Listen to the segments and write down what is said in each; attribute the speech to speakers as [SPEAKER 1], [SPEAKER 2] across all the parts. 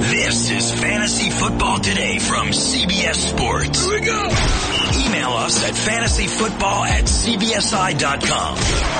[SPEAKER 1] is Fantasy Football Today from CBS Sports. Here we go. Email us at fantasyfootball at cbsi.com.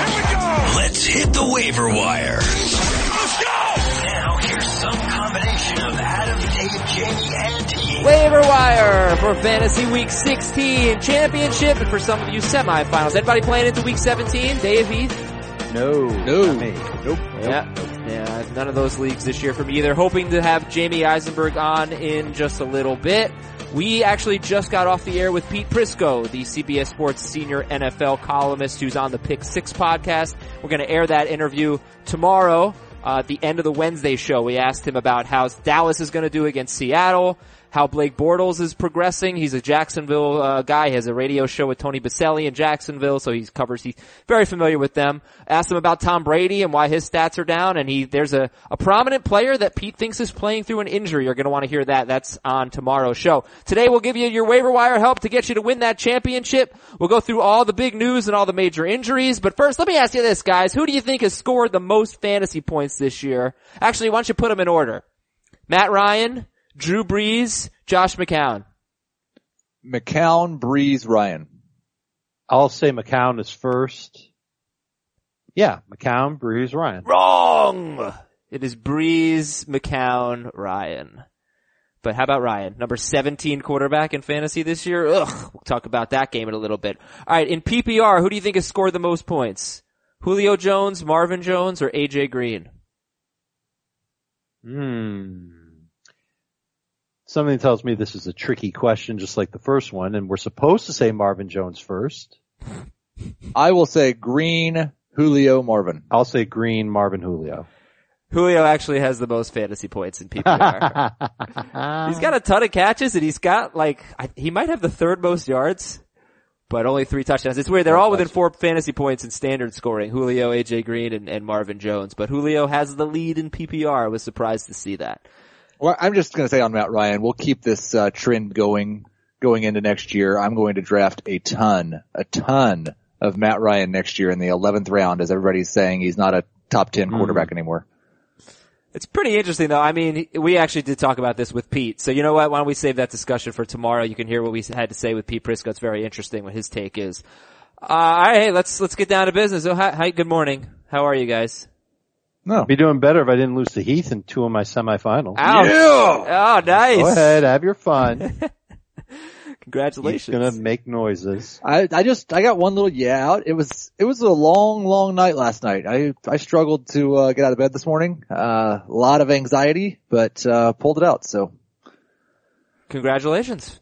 [SPEAKER 1] Here we go. Let's hit the waiver wire. Let's go. Now here's some combination of Adam, Dave, Jamie, and Ian.
[SPEAKER 2] Waiver wire for fantasy week 16 championship and for some of you semifinals. Anybody playing into week 17? Dave Heath?
[SPEAKER 3] No.
[SPEAKER 4] No.
[SPEAKER 3] Not me. Nope.
[SPEAKER 2] Yeah. Yeah, none of those leagues this year from either. Hoping to have Jamie Eisenberg on in just a little bit. We actually just got off the air with Pete Prisco, the CBS Sports senior NFL columnist who's on the Pick Six podcast. We're going to air that interview tomorrow, uh, at the end of the Wednesday show. We asked him about how Dallas is going to do against Seattle, how Blake Bortles is progressing. He's a Jacksonville uh, guy. He has a radio show with Tony Baselli in Jacksonville, so he covers. He's very familiar with them. Asked him about Tom Brady and why his stats are down, and he there's a, a prominent player that Pete thinks is playing through an injury. You're going to want to hear that. That's on tomorrow's show. Today we'll give you your waiver wire help to get you to win that championship. We'll go through all the big news and all the major injuries, but first let me ask you this, guys: Who do you think has scored the most fantasy points this year? Actually, why don't you put them in order? Matt Ryan, Drew Brees, Josh McCown.
[SPEAKER 4] McCown, Breeze, Ryan.
[SPEAKER 3] I'll say McCown is first. Yeah, McCown, Breeze, Ryan.
[SPEAKER 2] Wrong! It is Brees, McCown, Ryan. But how about Ryan? Number 17 quarterback in fantasy this year? Ugh, we'll talk about that game in a little bit. Alright, in PPR, who do you think has scored the most points? Julio Jones, Marvin Jones, or AJ Green?
[SPEAKER 3] Hmm. Something tells me this is a tricky question, just like the first one, and we're supposed to say Marvin Jones first.
[SPEAKER 4] I will say Green, Julio, Marvin.
[SPEAKER 3] I'll say Green, Marvin, Julio.
[SPEAKER 2] Julio actually has the most fantasy points in PPR. He's got a ton of catches and he's got like, I, he might have the third most yards, but only three touchdowns. It's weird. They're all within four fantasy points in standard scoring. Julio, AJ Green, and, and Marvin Jones. But Julio has the lead in PPR. I was surprised to see that.
[SPEAKER 4] Well, I'm just going to say on Matt Ryan, we'll keep this uh, trend going going into next year. I'm going to draft a ton, a ton of Matt Ryan next year in the 11th round, as everybody's saying he's not a top 10 quarterback anymore.
[SPEAKER 2] It's pretty interesting though. I mean, we actually did talk about this with Pete. So you know what? Why don't we save that discussion for tomorrow? You can hear what we had to say with Pete Prisco. It's very interesting what his take is. Uh, all right. Hey, let's, let's get down to business. Oh, hi, hi, good morning. How are you guys?
[SPEAKER 4] No,
[SPEAKER 3] I'd be doing better if I didn't lose to Heath in two of my semifinals.
[SPEAKER 2] Ouch. Oh, nice.
[SPEAKER 3] Go ahead, have your fun. He's
[SPEAKER 2] Congratulations.
[SPEAKER 3] gonna make noises.
[SPEAKER 4] I I just I got one little yeah out. It was it was a long long night last night. I I struggled to uh, get out of bed this morning. Uh, A lot of anxiety, but uh, pulled it out. So
[SPEAKER 2] Congratulations.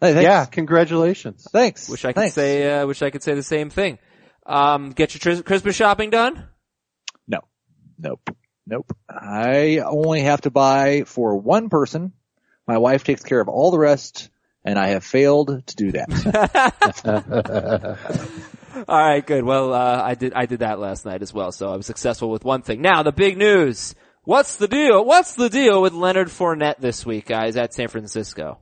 [SPEAKER 4] hey, thanks.
[SPEAKER 3] Yeah, congratulations.
[SPEAKER 4] thanks.
[SPEAKER 2] Wish I could
[SPEAKER 4] Thanks.
[SPEAKER 2] say, uh, wish I could say the same thing. Um, get your tris- Christmas shopping done.
[SPEAKER 4] No. Nope. Nope. I only have to buy for one person. My wife takes care of all the rest, and I have failed to do that.
[SPEAKER 2] All right, good. Well, uh, I did, I did that last night as well, so I was successful with one thing. Now the big news. What's the deal? What's the deal with Leonard Fournette this week, guys, at San Francisco?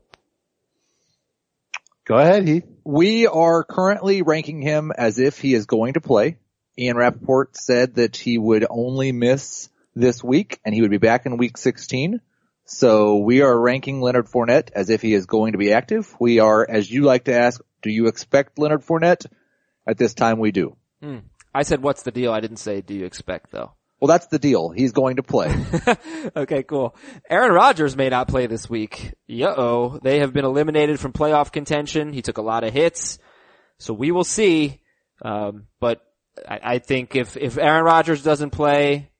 [SPEAKER 3] Go ahead, Heath.
[SPEAKER 4] we are currently ranking him as if he is going to play. Ian Rappaport said that he would only miss this week, and he would be back in week 16. So we are ranking Leonard Fournette as if he is going to be active. We are, as you like to ask, do you expect Leonard Fournette? At this time, we do.
[SPEAKER 2] I said, what's the deal? I didn't say, do you expect though?
[SPEAKER 4] Well, that's the deal. He's going to play.
[SPEAKER 2] okay, cool. Aaron Rodgers may not play this week. Yo, they have been eliminated from playoff contention. He took a lot of hits, so we will see. Um, but I, I think if if Aaron Rodgers doesn't play,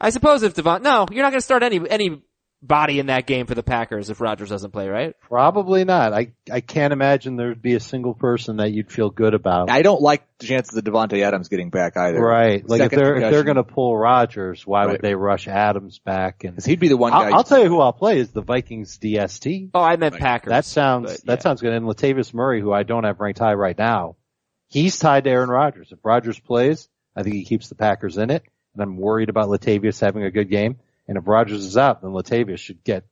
[SPEAKER 2] I suppose if Devon, no, you're not going to start any any body in that game for the Packers if Rodgers doesn't play, right?
[SPEAKER 3] Probably not. I, I can't imagine there'd be a single person that you'd feel good about.
[SPEAKER 4] I don't like the chances of Devonte Adams getting back either.
[SPEAKER 3] Right. Like if
[SPEAKER 4] Second
[SPEAKER 3] they're, if they're
[SPEAKER 4] concussion.
[SPEAKER 3] gonna pull Rogers, why
[SPEAKER 4] Right.
[SPEAKER 3] would they rush Adams back? And
[SPEAKER 4] 'Cause he'd be the one guy.
[SPEAKER 3] I'll, I'll tell you who I'll play is the Vikings DST.
[SPEAKER 2] Oh, I meant Packers.
[SPEAKER 3] That sounds,
[SPEAKER 2] But, yeah.
[SPEAKER 3] that sounds good. And Latavius Murray, who I don't have ranked high right now, he's tied to Aaron Rodgers. If Rodgers plays, I think he keeps the Packers in it. And I'm worried about Latavius having a good game. And if Rodgers is out, then Latavius should get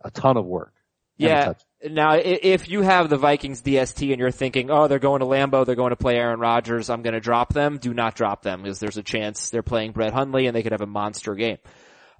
[SPEAKER 3] a ton of work. and a
[SPEAKER 2] Yeah.
[SPEAKER 3] touch.
[SPEAKER 2] Now, i- if you have the Vikings DST and you're thinking, oh, they're going to Lambeau, they're going to play Aaron Rodgers, I'm going to drop them. Do not drop them because there's a chance they're playing Brett Hundley and they could have a monster game.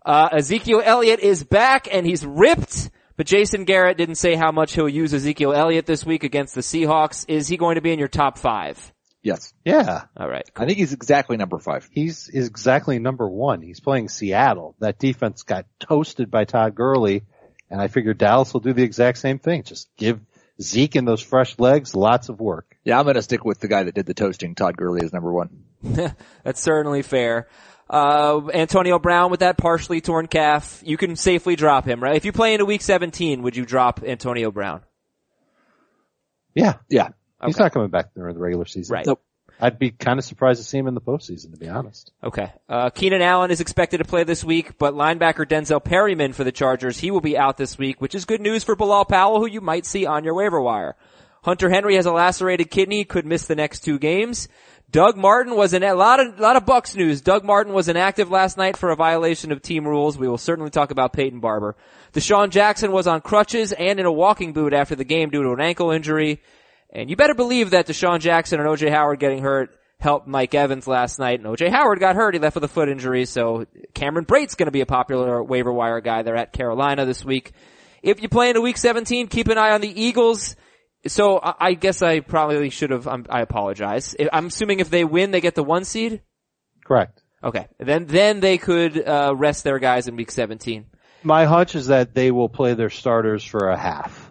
[SPEAKER 2] Uh, Ezekiel Elliott is back and he's ripped. But Jason Garrett didn't say how much he'll use Ezekiel Elliott this week against the Seahawks. Is he going to be in your top five?
[SPEAKER 4] Yes.
[SPEAKER 3] Yeah.
[SPEAKER 2] All right.
[SPEAKER 4] I think he's exactly number five.
[SPEAKER 3] He's is exactly number one. He's playing Seattle. That defense got toasted by Todd Gurley, and I figure Dallas will do the exact same thing. Just give Zeke and those fresh legs lots of work.
[SPEAKER 4] Yeah, I'm going to stick with the guy that did the toasting. Todd Gurley is number one.
[SPEAKER 2] That's certainly fair. Uh, Antonio Brown with that partially torn calf. You can safely drop him, right? If you play into week 17, would you drop Antonio Brown?
[SPEAKER 3] Yeah.
[SPEAKER 4] Yeah.
[SPEAKER 3] He's not coming back during the regular season.
[SPEAKER 2] Right.
[SPEAKER 4] Nope.
[SPEAKER 3] I'd be kind of surprised to see him in the postseason, to be honest.
[SPEAKER 2] Okay. Uh, Keenan Allen is expected to play this week, but linebacker Denzel Perryman for the Chargers, he will be out this week, which is good news for Bilal Powell, who you might see on your waiver wire. Hunter Henry has a lacerated kidney, could miss the next two games. Doug Martin was in a lot of lot of Bucks news. Doug Martin was inactive last night for a violation of team rules. We will certainly talk about Peyton Barber. Deshaun Jackson was on crutches and in a walking boot after the game due to an ankle injury. And you better believe that Deshaun Jackson and OJ Howard getting hurt helped Mike Evans last night. And OJ Howard got hurt. He left with a foot injury. So Cameron Brate's going to be a popular waiver wire guy. They're at Carolina this week. If you play into week 17, keep an eye on the Eagles. So I I guess I probably should have, um, I apologize. I- I'm assuming if they win, they get the one seed.
[SPEAKER 3] Correct.
[SPEAKER 2] Okay. Then, then they could, uh, rest their guys in week 17.
[SPEAKER 3] My hunch is that they will play their starters for a half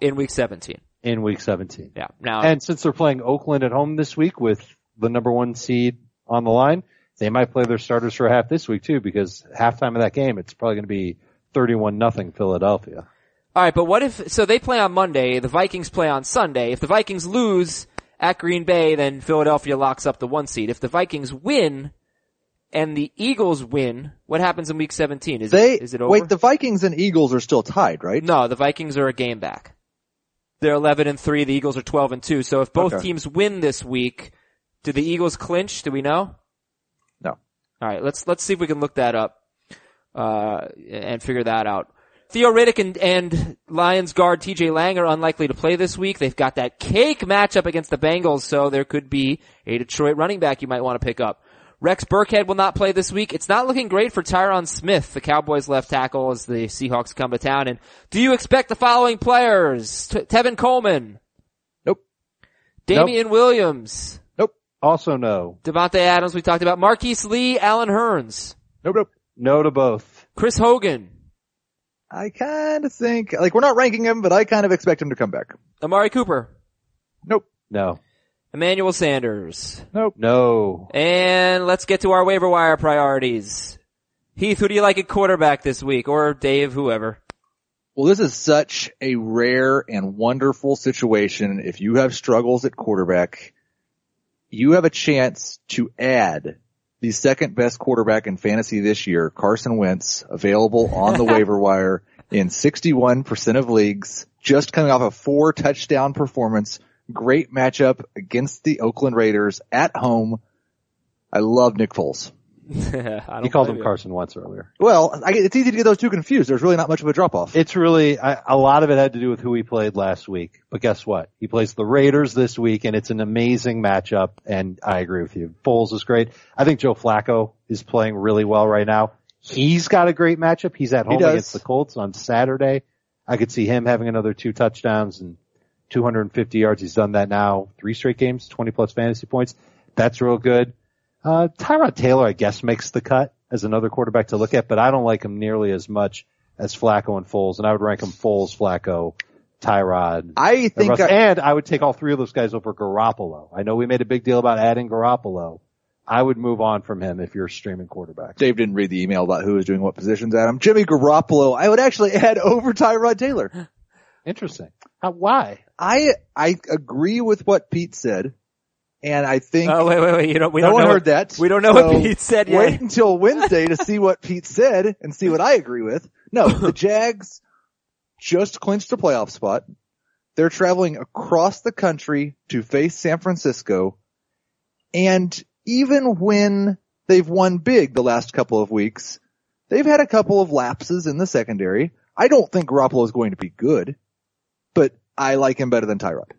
[SPEAKER 2] In week 17.
[SPEAKER 3] in week 17.
[SPEAKER 2] Yeah. Now,
[SPEAKER 3] And since they're playing Oakland at home this week with the number one seed on the line, they might play their starters for a half this week too because halftime of that game, it's probably going to be 31 nothing Philadelphia.
[SPEAKER 2] All right, but what if so they play on Monday, the Vikings play on Sunday. If the Vikings lose at Green Bay, then Philadelphia locks up the one seed. If the Vikings win and the Eagles win, what happens in week 17? Is
[SPEAKER 4] They
[SPEAKER 2] it, is it over?
[SPEAKER 4] wait. The Vikings and Eagles are still tied, right?
[SPEAKER 2] no, the Vikings are a game back. They're 11 and 3, the Eagles are 12 and 2. So if both
[SPEAKER 4] Okay.
[SPEAKER 2] teams win this week, do the Eagles clinch? Do we know?
[SPEAKER 4] No.
[SPEAKER 2] All right, let's let's see if we can look that up uh, and figure that out. Theo Riddick and, and Lions guard TJ Lang are unlikely to play this week. They've got that cake matchup against the Bengals, so there could be a Detroit running back you might want to pick up. Rex Burkhead will not play this week. It's not looking great for Tyron Smith, the Cowboys left tackle, as the Seahawks come to town. And do you expect the following players? T- Tevin Coleman.
[SPEAKER 4] Nope.
[SPEAKER 2] Damian Williams.
[SPEAKER 4] Nope.
[SPEAKER 3] Also no.
[SPEAKER 2] Devontae Adams, we talked about. Marquise Lee, Alan Hearns.
[SPEAKER 4] Nope. Nope.
[SPEAKER 3] No to both.
[SPEAKER 2] Chris Hogan.
[SPEAKER 4] I kind of think like we're not ranking him, but I kind of expect him to come back.
[SPEAKER 2] Amari Cooper.
[SPEAKER 4] Nope.
[SPEAKER 3] No.
[SPEAKER 2] Emmanuel Sanders.
[SPEAKER 4] Nope.
[SPEAKER 3] No.
[SPEAKER 2] And let's get to our waiver wire priorities. Heath, who do you like at quarterback this week? Or Dave, whoever.
[SPEAKER 4] Well, this is such a rare and wonderful situation. If you have struggles at quarterback, you have a chance to add the second best quarterback in fantasy this year, Carson Wentz, available on the waiver wire in 61% of leagues, just coming off a four touchdown performance. Great matchup against the Oakland Raiders at home. I love Nick Foles.
[SPEAKER 2] I
[SPEAKER 3] He called him Carson once earlier.
[SPEAKER 4] Well, I, it's easy to get those two confused. There's really not much of a drop off.
[SPEAKER 3] It's really, I, a lot of it had to do with who he played last week. But guess what? He plays the Raiders this week and it's an amazing matchup and I agree with you. Foles is great. I think Joe Flacco is playing really well right now. He's got a great matchup. He's at home
[SPEAKER 4] does.
[SPEAKER 3] against the Colts on Saturday. I could see him having another two touchdowns and 250 yards. He's done that now. Three straight games, 20 plus fantasy points. That's real good. Uh, Tyrod Taylor, I guess, makes the cut as another quarterback to look at, but I don't like him nearly as much as Flacco and Foles, and I would rank him Foles, Flacco, Tyrod.
[SPEAKER 4] I
[SPEAKER 3] and
[SPEAKER 4] think uh,
[SPEAKER 3] Russ.
[SPEAKER 4] I,
[SPEAKER 3] and I would take all three of those guys over Garoppolo. I know we made a big deal about adding Garoppolo. I would move on from him if you're streaming quarterbacks.
[SPEAKER 4] Dave didn't read the email about who was doing what positions, Adam. Jimmy Garoppolo, I would actually add over Tyrod Taylor.
[SPEAKER 3] Interesting. How, why?
[SPEAKER 4] I, I agree with what Pete said, and I think
[SPEAKER 2] Oh, wait, wait, wait. You don't, we
[SPEAKER 4] no
[SPEAKER 2] don't
[SPEAKER 4] one
[SPEAKER 2] know
[SPEAKER 4] heard
[SPEAKER 2] what,
[SPEAKER 4] that.
[SPEAKER 2] We don't know
[SPEAKER 4] So
[SPEAKER 2] what Pete said yet.
[SPEAKER 4] Wait until Wednesday to see what Pete said and see what I agree with. No, the Jags just clinched a playoff spot. They're traveling across the country to face San Francisco. And even when they've won big the last couple of weeks, they've had a couple of lapses in the secondary. I don't think Garoppolo is going to be good, but I like him better than Tyrod.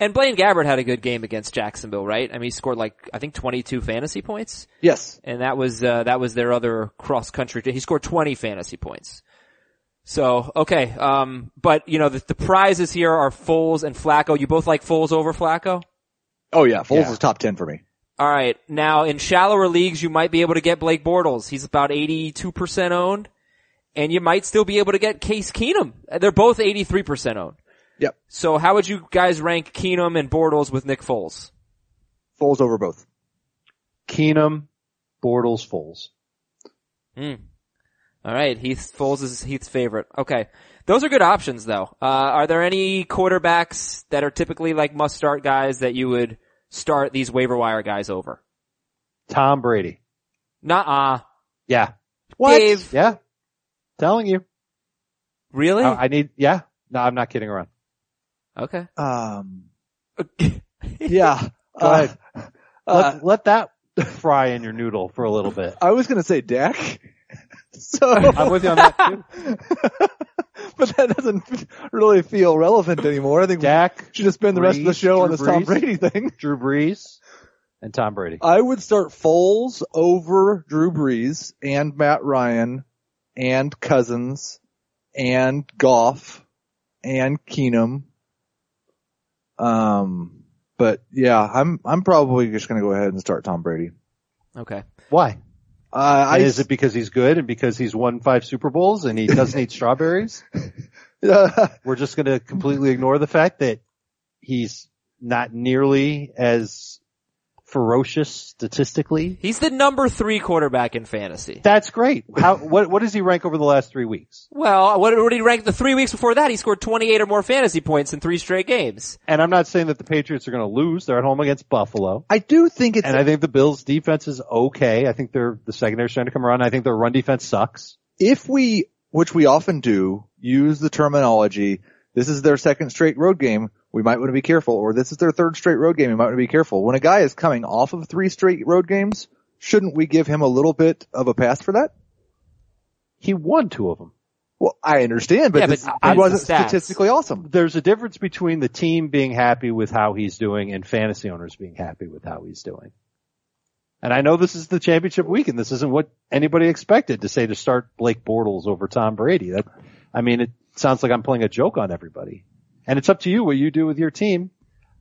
[SPEAKER 2] And Blaine Gabbert had a good game against Jacksonville, right? I mean, he scored like, I think 22 fantasy points.
[SPEAKER 4] Yes.
[SPEAKER 2] And that was, uh, that was their other cross country. He scored 20 fantasy points. So, okay, um, but you know, the, the prizes here are Foles and Flacco. You both like Foles over Flacco?
[SPEAKER 4] Oh yeah, Foles
[SPEAKER 3] Yeah.
[SPEAKER 4] is top 10 for me.
[SPEAKER 2] All right. Now in shallower leagues, you might be able to get Blake Bortles. He's about 82% owned and you might still be able to get Case Keenum. They're both 83% owned.
[SPEAKER 4] Yep.
[SPEAKER 2] So how would you guys rank Keenum and Bortles with Nick Foles?
[SPEAKER 4] Foles over both.
[SPEAKER 3] Keenum, Bortles, Foles.
[SPEAKER 2] All right. Heath Foles is Heath's favorite. Okay. Those are good options though. Uh, are there any quarterbacks that are typically like must start guys that you would start these waiver wire guys over?
[SPEAKER 3] Tom Brady.
[SPEAKER 2] Nuh-uh.
[SPEAKER 3] Yeah.
[SPEAKER 2] What? Dave.
[SPEAKER 3] Yeah. Telling you.
[SPEAKER 2] Really?
[SPEAKER 3] I, I need, yeah. No, I'm not kidding around.
[SPEAKER 2] Oh, okay.
[SPEAKER 4] Um,
[SPEAKER 2] okay.
[SPEAKER 4] yeah.
[SPEAKER 3] Go
[SPEAKER 4] Uh,
[SPEAKER 3] ahead.
[SPEAKER 4] uh,
[SPEAKER 3] let, let that fry in your noodle for a little bit.
[SPEAKER 4] I was gonna say Dak. so,
[SPEAKER 3] I'm with you on that too.
[SPEAKER 4] but that doesn't really feel relevant anymore. I think
[SPEAKER 3] Dak,
[SPEAKER 4] we should just spend the rest of the
[SPEAKER 3] Brees,
[SPEAKER 4] show on
[SPEAKER 3] Drew
[SPEAKER 4] this Tom
[SPEAKER 3] Brees.
[SPEAKER 4] Brady thing.
[SPEAKER 3] Drew Brees, and Tom Brady.
[SPEAKER 4] I would start Foles over Drew Brees and Matt Ryan and Cousins and Goff and Keenum. Um, but yeah, I'm I'm probably just gonna go ahead and start Tom Brady.
[SPEAKER 3] Why?
[SPEAKER 4] Uh, I
[SPEAKER 3] And is it because he's good and because he's won five Super Bowls and he doesn't eat strawberries? We're just going to completely ignore the fact that he's not nearly as ferocious statistically.
[SPEAKER 2] He's the number three quarterback in fantasy.
[SPEAKER 3] That's great. How, what, what does he rank over the last three weeks?
[SPEAKER 2] Well, what, what did he rank the three weeks before that? He scored 28 or more fantasy points in three straight games.
[SPEAKER 3] And I'm not saying that the Patriots are going to lose. They're at home against Buffalo.
[SPEAKER 4] I do think it's
[SPEAKER 3] And I think the Bills defense is okay. I think they're, the secondary's trying to come around. I think their run defense sucks.
[SPEAKER 4] if we, which we often do, use the terminology, this is their second straight road game, we might want to be careful, or this is their third straight road game, we might want to be careful. When a guy is coming off of three straight road games, shouldn't we give him a little bit of a pass for that?
[SPEAKER 3] He won two of them.
[SPEAKER 4] Well, I understand, but,
[SPEAKER 2] Yeah, but
[SPEAKER 4] this,
[SPEAKER 2] I-
[SPEAKER 4] it wasn't
[SPEAKER 2] stats.
[SPEAKER 4] statistically awesome.
[SPEAKER 3] there's a difference between the team being happy with how he's doing and fantasy owners being happy with how he's doing. And I know this is the championship week and this isn't what anybody expected to say to start Blake Bortles over Tom Brady. That, I mean, it sounds like I'm playing a joke on everybody and it's up to you what you do with your team.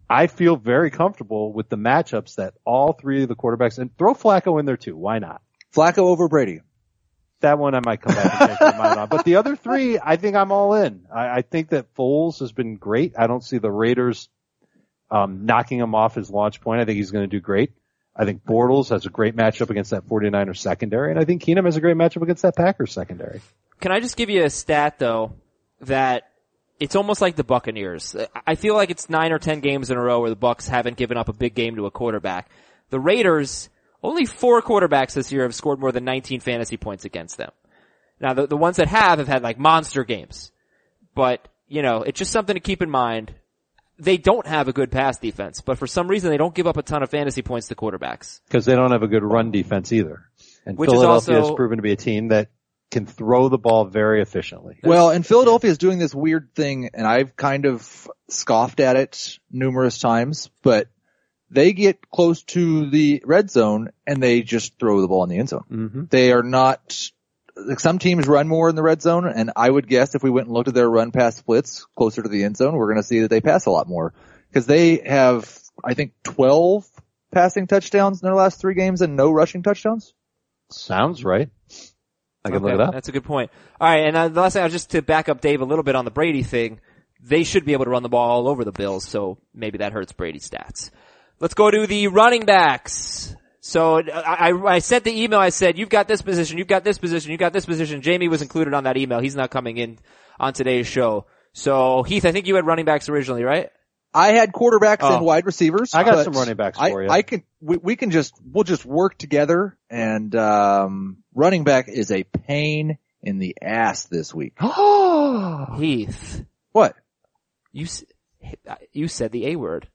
[SPEAKER 3] I feel very comfortable with the matchups that all three of the quarterbacks and throw Flacco in there too. Why not?
[SPEAKER 4] Flacco over Brady.
[SPEAKER 3] That one I might come back and change my mind on. But the other three, I think I'm all in. I, I think that Foles has been great. I don't see the Raiders um, knocking him off his launch point. I think he's going to do great. I think Bortles has a great matchup against that 49er secondary, and I think Keenum has a great matchup against that Packers secondary.
[SPEAKER 2] Can I just give you a stat though that it's almost like the Buccaneers. I- I feel like it's nine or ten games in a row where the Bucks haven't given up a big game to a quarterback. The Raiders, only four quarterbacks this year have scored more than 19 fantasy points against them. Now the, the ones that have have had like monster games, but you know, it's just something to keep in mind. They don't have a good pass defense, but for some reason they don't give up a ton of fantasy points to quarterbacks.
[SPEAKER 3] because they don't have a good run defense either. And
[SPEAKER 2] Which is
[SPEAKER 3] Philadelphia
[SPEAKER 2] also-
[SPEAKER 3] has proven to be a team that can throw the ball very efficiently.
[SPEAKER 4] Well, and Philadelphia is doing this weird thing, and I've kind of scoffed at it numerous times, but they get close to the red zone and they just throw the ball in the end zone.
[SPEAKER 3] Mm-hmm.
[SPEAKER 4] They are not, like some teams run more in the red zone, and I would guess if we went and looked at their run pass splits closer to the end zone, we're going to see that they pass a lot more. Cause they have, I think, 12 passing touchdowns in their last three games and no rushing touchdowns.
[SPEAKER 3] Sounds right. I can
[SPEAKER 2] Okay,
[SPEAKER 3] look it up.
[SPEAKER 2] That's a good point. All right, and uh, the last thing I was just to back up Dave a little bit on the Brady thing. They should be able to run the ball all over the Bills, so maybe that hurts Brady's stats. Let's go to the running backs. So uh, I, I I sent the email. I said you've got this position, you've got this position, you've got this position. Jamie was included on that email. He's not coming in on today's show. So Heath, I think you had running backs originally, right?
[SPEAKER 4] I had quarterbacks
[SPEAKER 2] Oh.
[SPEAKER 4] and wide receivers.
[SPEAKER 3] I got
[SPEAKER 4] but
[SPEAKER 3] some running backs
[SPEAKER 4] I,
[SPEAKER 3] for you.
[SPEAKER 4] I can. We, we can just. We'll just work together. And um, running back is a pain in the ass this week.
[SPEAKER 3] Oh.
[SPEAKER 2] Heath,
[SPEAKER 4] What?
[SPEAKER 2] you s- you said the A word.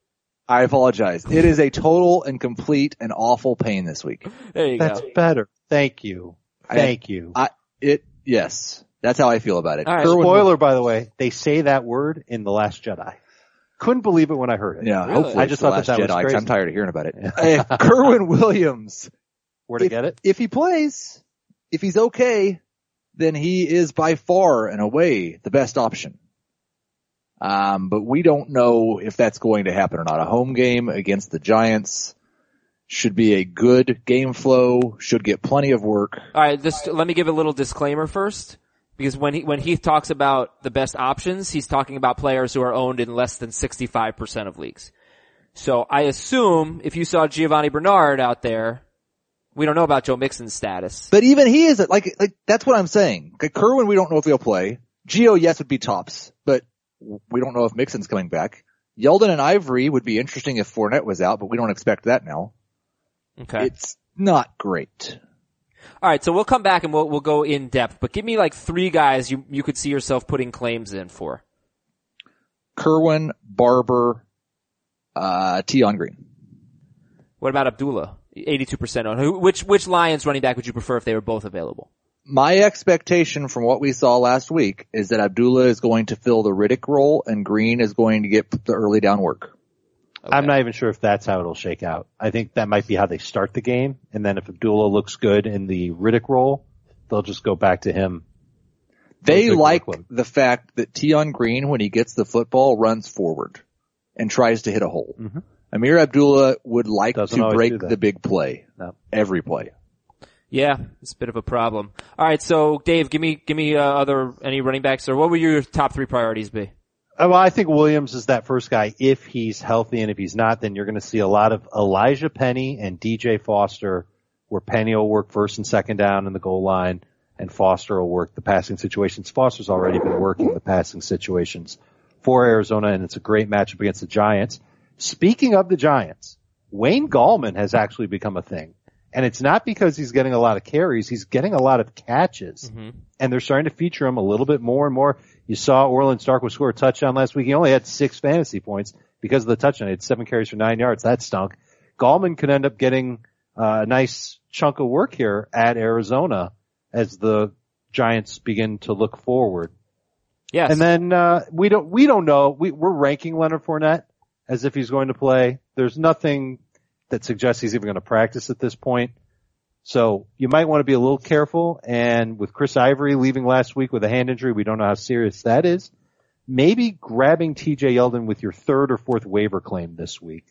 [SPEAKER 4] I apologize. It is a total and complete and awful pain this week.
[SPEAKER 2] There you
[SPEAKER 3] That's
[SPEAKER 2] go.
[SPEAKER 3] better. Thank you.
[SPEAKER 4] I-
[SPEAKER 3] Thank you.
[SPEAKER 4] It. Yes. That's how I feel about it.
[SPEAKER 2] All right.
[SPEAKER 4] Kerwin-
[SPEAKER 3] Spoiler, by the way, they say that word in The Last Jedi. Couldn't believe it when I heard it.
[SPEAKER 4] Yeah,
[SPEAKER 2] Really?
[SPEAKER 4] hopefully
[SPEAKER 3] I
[SPEAKER 4] it's
[SPEAKER 3] just
[SPEAKER 4] The
[SPEAKER 3] thought that that
[SPEAKER 4] Last
[SPEAKER 3] was
[SPEAKER 4] Jedi, 'cause I'm
[SPEAKER 3] crazy.
[SPEAKER 4] tired of hearing about it. Uh, Kerwin Williams,
[SPEAKER 3] Where to
[SPEAKER 4] if,
[SPEAKER 3] get it?
[SPEAKER 4] if he plays, if he's okay, then he is by far and away the best option. Um, but we don't know if that's going to happen or not. A home game against the Giants should be a good game flow, should get plenty of work.
[SPEAKER 2] All right, this, let me give a little disclaimer first, because when he, when Heath talks about the best options, he's talking about players who are owned in less than 65% of leagues. So I assume if you saw Giovanni Bernard out there, we don't know about Joe Mixon's status.
[SPEAKER 4] But even he isn't like like that's what I'm saying. Like Kerwin, we don't know if he'll play. Geo, yes, would be tops, but we don't know if Mixon's coming back. Yeldon and Ivory would be interesting if Fournette was out, but we don't expect that now.
[SPEAKER 2] Okay.
[SPEAKER 4] It's not great.
[SPEAKER 2] All right, so we'll come back and we'll we'll go in depth, but give me like three guys you you could see yourself putting claims in for.
[SPEAKER 4] Kerwin, Barber, uh, Tion Green.
[SPEAKER 2] What about Abdullah? 82% on who which which Lions running back would you prefer if they were both available?
[SPEAKER 4] My expectation from what we saw last week is that Abdullah is going to fill the Riddick role and Green is going to get the early down work.
[SPEAKER 3] I'm not even sure if that's how it'll shake out. I think that might be how they start the game, and then if Abdullah looks good in the Riddick role, they'll just go back to him.
[SPEAKER 4] They
[SPEAKER 3] Those are good
[SPEAKER 4] like
[SPEAKER 3] ones.
[SPEAKER 4] the fact that Tion Green, when he gets the football, runs forward and tries to hit a hole.
[SPEAKER 3] Mhm.
[SPEAKER 4] Amir Abdullah would like
[SPEAKER 3] Doesn't
[SPEAKER 4] to
[SPEAKER 3] always do
[SPEAKER 4] break
[SPEAKER 3] that.
[SPEAKER 4] the big play
[SPEAKER 3] No.
[SPEAKER 4] every play.
[SPEAKER 2] Yeah, it's a bit of a problem. All right, so Dave, give me give me uh, other any running backs or what would your top three priorities be?
[SPEAKER 3] Uh, Well, I think Williams is that first guy. If he's healthy, and if he's not, then you're going to see a lot of Elijah Penny and DJ Foster, where Penny will work first and second down in the goal line, and Foster will work the passing situations. Foster's already been working the passing situations for Arizona, and it's a great matchup against the Giants. Speaking of the Giants, Wayne Gallman has actually become a thing. And it's not because he's getting a lot of carries, he's getting a lot of catches. And they're starting to feature him a little bit more and more. You saw Orland Starkwood score a touchdown last week. He only had six fantasy points because of the touchdown. He had seven carries for nine yards. That stunk. Gallman could end up getting uh, a nice chunk of work here at Arizona as the Giants begin to look forward.
[SPEAKER 2] Yes.
[SPEAKER 3] And then uh, we don't we don't know. We, we're ranking Leonard Fournette as if he's going to play. There's nothing that suggests he's even going to practice at this point. So you might want to be a little careful. And with Chris Ivory leaving last week with a hand injury, we don't know how serious that is. Maybe grabbing T.J. Yeldon with your third or fourth waiver claim this week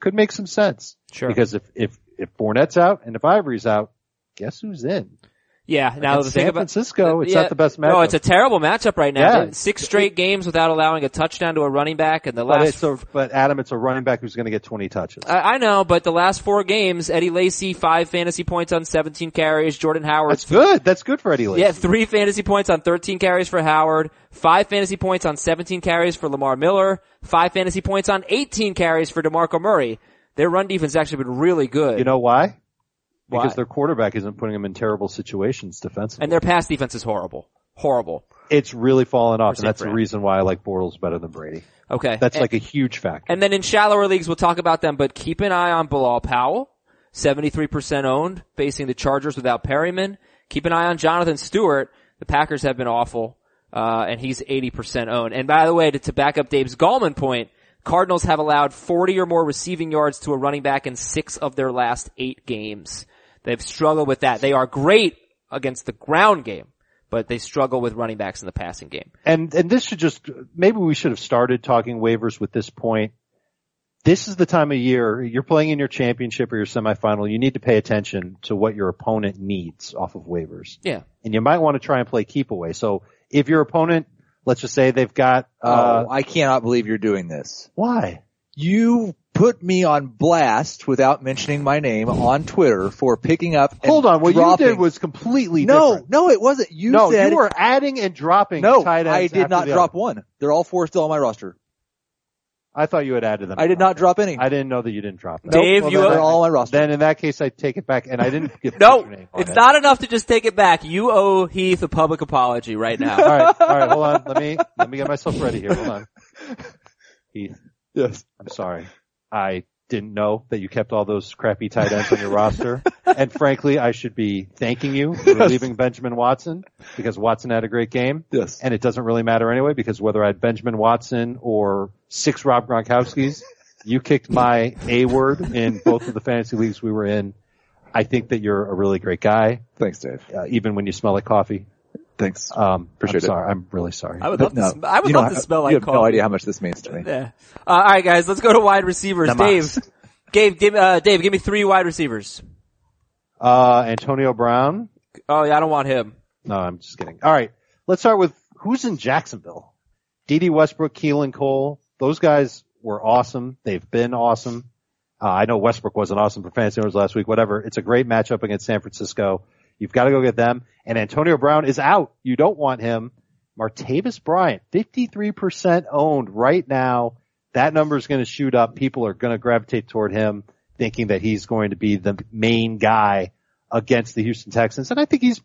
[SPEAKER 3] could make some sense.
[SPEAKER 2] Sure.
[SPEAKER 3] Because if if if Fournette's out and if Ivory's out, guess who's in?
[SPEAKER 2] yeah, now the
[SPEAKER 3] Against
[SPEAKER 2] thing
[SPEAKER 3] San
[SPEAKER 2] about uh,
[SPEAKER 3] Francisco, it's
[SPEAKER 2] yeah,
[SPEAKER 3] not the best matchup.
[SPEAKER 2] No, it's a terrible matchup right now.
[SPEAKER 3] Yeah.
[SPEAKER 2] Six straight games without allowing a touchdown to a running back and the
[SPEAKER 3] But,
[SPEAKER 2] last
[SPEAKER 3] it's a, but Adam, it's a running back who's going to get 20 touches.
[SPEAKER 2] I, I know, but the last four games, Eddie Lacy, five fantasy points on 17 carries. Jordan Howard,
[SPEAKER 3] That's good. That's good for Eddie Lacy.
[SPEAKER 2] yeah, three fantasy points on 13 carries for Howard, five fantasy points on 17 carries for Lamar Miller, five fantasy points on 18 carries for DeMarco Murray. Their run defense has actually been really good.
[SPEAKER 3] You know why?
[SPEAKER 2] Why?
[SPEAKER 3] Because their quarterback isn't putting them in terrible situations defensively.
[SPEAKER 2] and their pass defense is horrible. Horrible.
[SPEAKER 3] it's really fallen off, and that's
[SPEAKER 2] Brand.
[SPEAKER 3] the reason why I like Bortles better than Brady.
[SPEAKER 2] Okay.
[SPEAKER 3] That's
[SPEAKER 2] And-
[SPEAKER 3] like a huge factor.
[SPEAKER 2] And then in shallower leagues, we'll talk about them, but keep an eye on Bilal Powell, 73% owned, facing the Chargers without Perryman. Keep an eye on Jonathan Stewart. The Packers have been awful, uh, and he's 80% owned. And by the way, to, to back up Dave's Gallman point, Cardinals have allowed 40 or more receiving yards to a running back in six of their last eight games. They've struggled with that. They are great against the ground game, but they struggle with running backs in the passing game.
[SPEAKER 3] and and this should just maybe we should have started talking waivers with this point. This is the time of year you're playing in your championship or your semifinal. You need to pay attention to what your opponent needs off of waivers,
[SPEAKER 2] Yeah.
[SPEAKER 3] and you might want to try and play keep away. So if your opponent, let's just say they've got uh,
[SPEAKER 4] oh, I cannot believe you're doing this.
[SPEAKER 3] why
[SPEAKER 4] You put me on blast without mentioning my name on Twitter for picking up. and
[SPEAKER 3] Hold on, what
[SPEAKER 4] dropping-
[SPEAKER 3] you did was completely
[SPEAKER 4] no,
[SPEAKER 3] different.
[SPEAKER 4] no, it wasn't. You
[SPEAKER 3] no,
[SPEAKER 4] said
[SPEAKER 3] you were adding and dropping.
[SPEAKER 4] no.
[SPEAKER 3] tight ends
[SPEAKER 4] I did
[SPEAKER 3] after
[SPEAKER 4] not
[SPEAKER 3] the
[SPEAKER 4] drop
[SPEAKER 3] other.
[SPEAKER 4] one. They're all four still on my roster.
[SPEAKER 3] I thought you had added them.
[SPEAKER 4] I did not drop any.
[SPEAKER 3] I didn't know that you didn't drop them.
[SPEAKER 2] Nope. Dave,
[SPEAKER 4] well,
[SPEAKER 2] you
[SPEAKER 4] then
[SPEAKER 2] are-
[SPEAKER 4] they're all on my roster.
[SPEAKER 3] Then in that case, I take it back, and I didn't get
[SPEAKER 2] No,
[SPEAKER 3] your name on
[SPEAKER 2] it's
[SPEAKER 3] it.
[SPEAKER 2] not enough to just take it back. You owe Heath a public apology right
[SPEAKER 3] All
[SPEAKER 2] now.
[SPEAKER 3] right, all right. Hold on. Let me let me get myself ready here. Hold on. Heath,
[SPEAKER 4] yes.
[SPEAKER 3] I'm sorry. I didn't know that you kept all those crappy tight ends on your roster. And frankly, I should be thanking you for leaving Benjamin Watson because Watson had a great game.
[SPEAKER 4] Yes.
[SPEAKER 3] And it doesn't really matter anyway because whether I had Benjamin Watson or six Rob Gronkowski's, you kicked my A word in both of the fantasy leagues we were in. I think that you're a really great guy,
[SPEAKER 4] Thanks, Dave.
[SPEAKER 3] uh, even when you smell like coffee.
[SPEAKER 4] Thanks.
[SPEAKER 3] Um,
[SPEAKER 4] Appreciate it.
[SPEAKER 3] I'm sorry. I'm really sorry.
[SPEAKER 2] I would
[SPEAKER 4] Uh,
[SPEAKER 2] love
[SPEAKER 4] But no,
[SPEAKER 2] to. Sm- I would
[SPEAKER 4] you don't
[SPEAKER 2] love to
[SPEAKER 4] have-
[SPEAKER 2] smell
[SPEAKER 4] You
[SPEAKER 2] like
[SPEAKER 4] have
[SPEAKER 2] coffee.
[SPEAKER 4] no idea how much this means to me.
[SPEAKER 2] Yeah. Uh, all right, guys, let's go to wide receivers.
[SPEAKER 4] Namas.
[SPEAKER 2] Dave, Dave, give, uh, Dave, give me three wide receivers.
[SPEAKER 3] Uh, Antonio Brown.
[SPEAKER 2] Oh yeah, I don't want him.
[SPEAKER 3] No, I'm just kidding. All right. Let's start with who's in Jacksonville? DD Westbrook, Keelan Cole. Those guys were awesome. They've been awesome. Uh, I know Westbrook wasn't awesome for fantasy owners last week, whatever. It's a great matchup against San Francisco. You've got to go get them. And Antonio Brown is out. You don't want him. Martavis Bryant, 53% owned right now. That number is going to shoot up. People are going to gravitate toward him thinking that he's going to be the main guy against the Houston Texans. And I think he's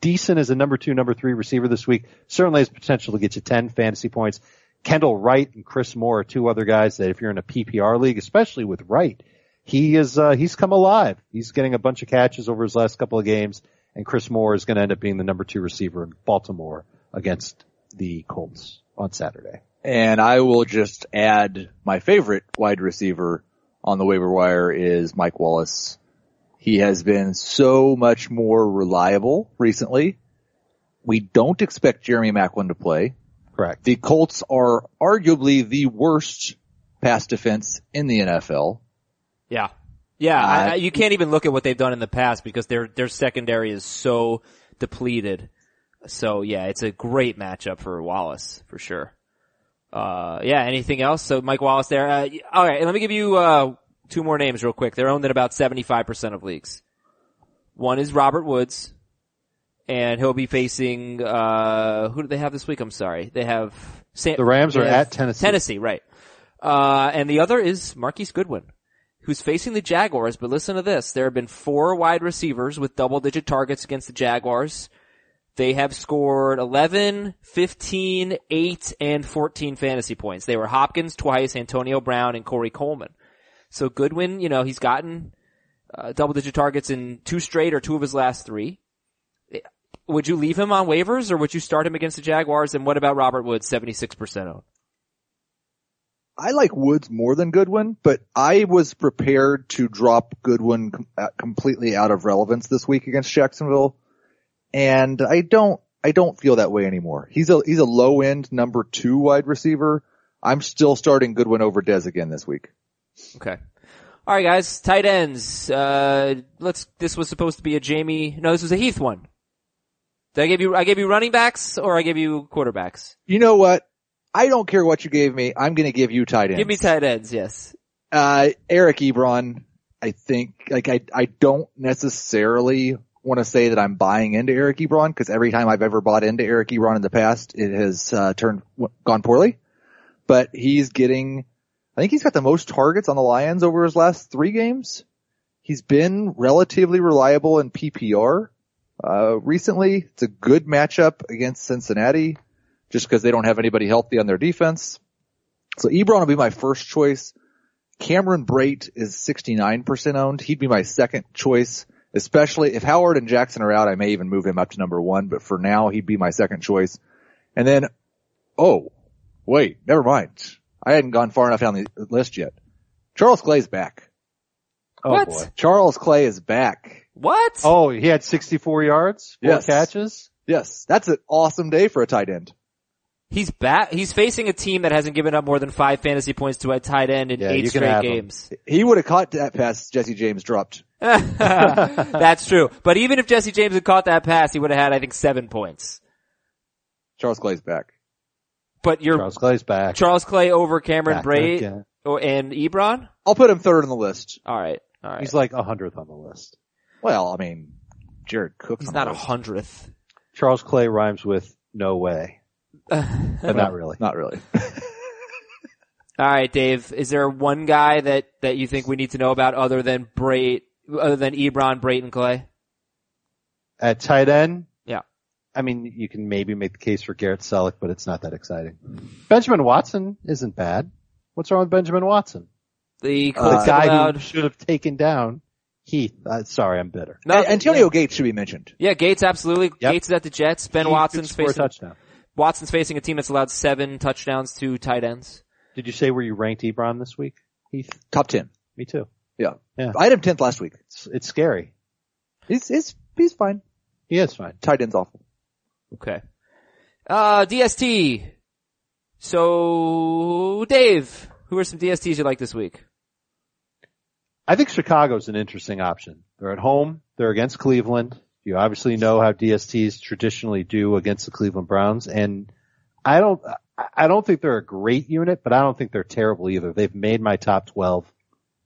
[SPEAKER 3] decent as a number two, number three receiver this week. Certainly has potential to get you 10 fantasy points. Kendall Wright and Chris Moore are two other guys that if you're in a PPR league, especially with Wright, he is, uh, he's come alive. He's getting a bunch of catches over his last couple of games and Chris Moore is going to end up being the number two receiver in Baltimore against the Colts on Saturday.
[SPEAKER 4] And I will just add my favorite wide receiver on the waiver wire is Mike Wallace. He has been so much more reliable recently. We don't expect Jeremy Macklin to play.
[SPEAKER 3] Correct.
[SPEAKER 4] The Colts are arguably the worst pass defense in the NFL.
[SPEAKER 2] Yeah. Yeah,
[SPEAKER 4] Uh,
[SPEAKER 2] I, I- you can't even look at what they've done in the past because their their secondary is so depleted. So yeah, it's a great matchup for Wallace for sure. Uh, yeah. Anything else? So Mike Wallace there. Uh, y- all right, let me give you uh two more names real quick. They're owned in about seventy five percent of leagues. One is Robert Woods, and he'll be facing uh who do they have this week? I'm sorry, they have San-
[SPEAKER 3] The Rams are
[SPEAKER 2] they
[SPEAKER 3] at Tennessee.
[SPEAKER 2] Tennessee, right? Uh, and the other is Marquise Goodwin who's facing the Jaguars, but listen to this. There have been four wide receivers with double digit targets against the Jaguars. They have scored 11, 15, 8, and 14 fantasy points. They were Hopkins twice, Antonio Brown, and Corey Coleman. So Goodwin, you know, he's gotten uh, double digit targets in two straight or two of his last three. Would you leave him on waivers or would you start him against the Jaguars? And what about Robert Woods, 76% owned?
[SPEAKER 4] I like Woods more than Goodwin, but I was prepared to drop Goodwin com- uh, completely out of relevance this week against Jacksonville, and I don't. I don't feel that way anymore. He's a he's a low end number two wide receiver. I'm still starting Goodwin over Dez again this week.
[SPEAKER 2] Okay. All right, guys. Tight ends. Uh, let's. This was supposed to be a Jamie. No, this was a Heath one. Did I give you? I gave you running backs, or I gave you quarterbacks.
[SPEAKER 4] You know what? I don't care what you gave me. I'm going to give you tight ends.
[SPEAKER 2] Give me tight ends. Yes.
[SPEAKER 4] uh, Eric Ebron, I think, like, I, I don't necessarily want to say that I'm buying into Eric Ebron because every time I've ever bought into Eric Ebron in the past, it has, uh, turned, w- gone poorly, but he's getting, I think he's got the most targets on the Lions over his last three games. He's been relatively reliable in PPR, uh, recently. It's a good matchup against Cincinnati just because they don't have anybody healthy on their defense. So Ebron will be my first choice. Cameron Brait is 69% owned. He'd be my second choice, especially if Howard and Jackson are out. I may even move him up to number one, but for now, he'd be my second choice. And then, oh, wait, never mind. I hadn't gone far enough down the list yet. Charles Clay's back.
[SPEAKER 3] Oh
[SPEAKER 2] What?
[SPEAKER 3] boy.
[SPEAKER 4] Charles Clay is back.
[SPEAKER 2] What?
[SPEAKER 3] Oh, he had 64 yards, four
[SPEAKER 4] Yes.
[SPEAKER 3] catches.
[SPEAKER 4] Yes, that's an awesome day for a tight end.
[SPEAKER 2] He's back. He's facing a team that hasn't given up more than five fantasy points to a tight end in
[SPEAKER 3] Yeah,
[SPEAKER 2] eight
[SPEAKER 3] you can
[SPEAKER 2] straight
[SPEAKER 3] have him.
[SPEAKER 2] games.
[SPEAKER 4] He would have caught that pass Jesse James dropped.
[SPEAKER 2] That's true. But even if Jesse James had caught that pass, he would have had, I think, seven points.
[SPEAKER 4] Charles Clay's back.
[SPEAKER 2] But you're Charles,
[SPEAKER 3] Charles Clay's back.
[SPEAKER 2] Clay over Cameron
[SPEAKER 3] Back
[SPEAKER 2] Bray
[SPEAKER 3] again.
[SPEAKER 2] or and Ebron.
[SPEAKER 4] I'll put him third on the list.
[SPEAKER 2] All right. All right.
[SPEAKER 3] He's like a hundredth on the list.
[SPEAKER 4] Well, I mean, Jared Cook.
[SPEAKER 2] He's not a hundredth.
[SPEAKER 3] Charles Clay rhymes with no way, but not really.
[SPEAKER 4] Not really.
[SPEAKER 2] All right, Dave. Is there one guy that that you think we need to know about other than Bray, other than Ebron, Brayton Clay?
[SPEAKER 3] At tight end,
[SPEAKER 2] Yeah.
[SPEAKER 3] I mean, you can maybe make the case for Garrett Selleck, but it's not that exciting. Benjamin Watson isn't bad. What's wrong with Benjamin Watson?
[SPEAKER 2] The
[SPEAKER 3] The
[SPEAKER 2] Colts have
[SPEAKER 3] Uh, guy
[SPEAKER 2] allowed.
[SPEAKER 3] who should have taken down Heath. Uh, sorry, I'm bitter.
[SPEAKER 2] No,
[SPEAKER 4] A- Antonio
[SPEAKER 2] yeah.
[SPEAKER 4] Gates should be mentioned.
[SPEAKER 2] Yeah, Gates absolutely.
[SPEAKER 3] Yep.
[SPEAKER 2] Gates is at the Jets. Ben
[SPEAKER 3] He
[SPEAKER 2] Watson's
[SPEAKER 3] could score a
[SPEAKER 2] facing
[SPEAKER 3] touchdown.
[SPEAKER 2] Watson's facing a team that's allowed seven touchdowns to tight ends.
[SPEAKER 3] Did you say where you ranked Ebron this week, Heath?
[SPEAKER 4] Top 10.
[SPEAKER 3] Me too.
[SPEAKER 4] Yeah.
[SPEAKER 3] Yeah.
[SPEAKER 4] I had him 10th last week.
[SPEAKER 3] It's, it's scary.
[SPEAKER 4] He's, he's, he's fine.
[SPEAKER 3] He is fine.
[SPEAKER 4] Tight end's awful.
[SPEAKER 2] Okay. Uh, DST. So, Dave, who are some DSTs you like this week?
[SPEAKER 3] I think Chicago's an interesting option. They're at home. They're against Cleveland. You obviously know how DSTs traditionally do against the Cleveland Browns and I don't, I don't think they're a great unit, but I don't think they're terrible either. They've made my top 12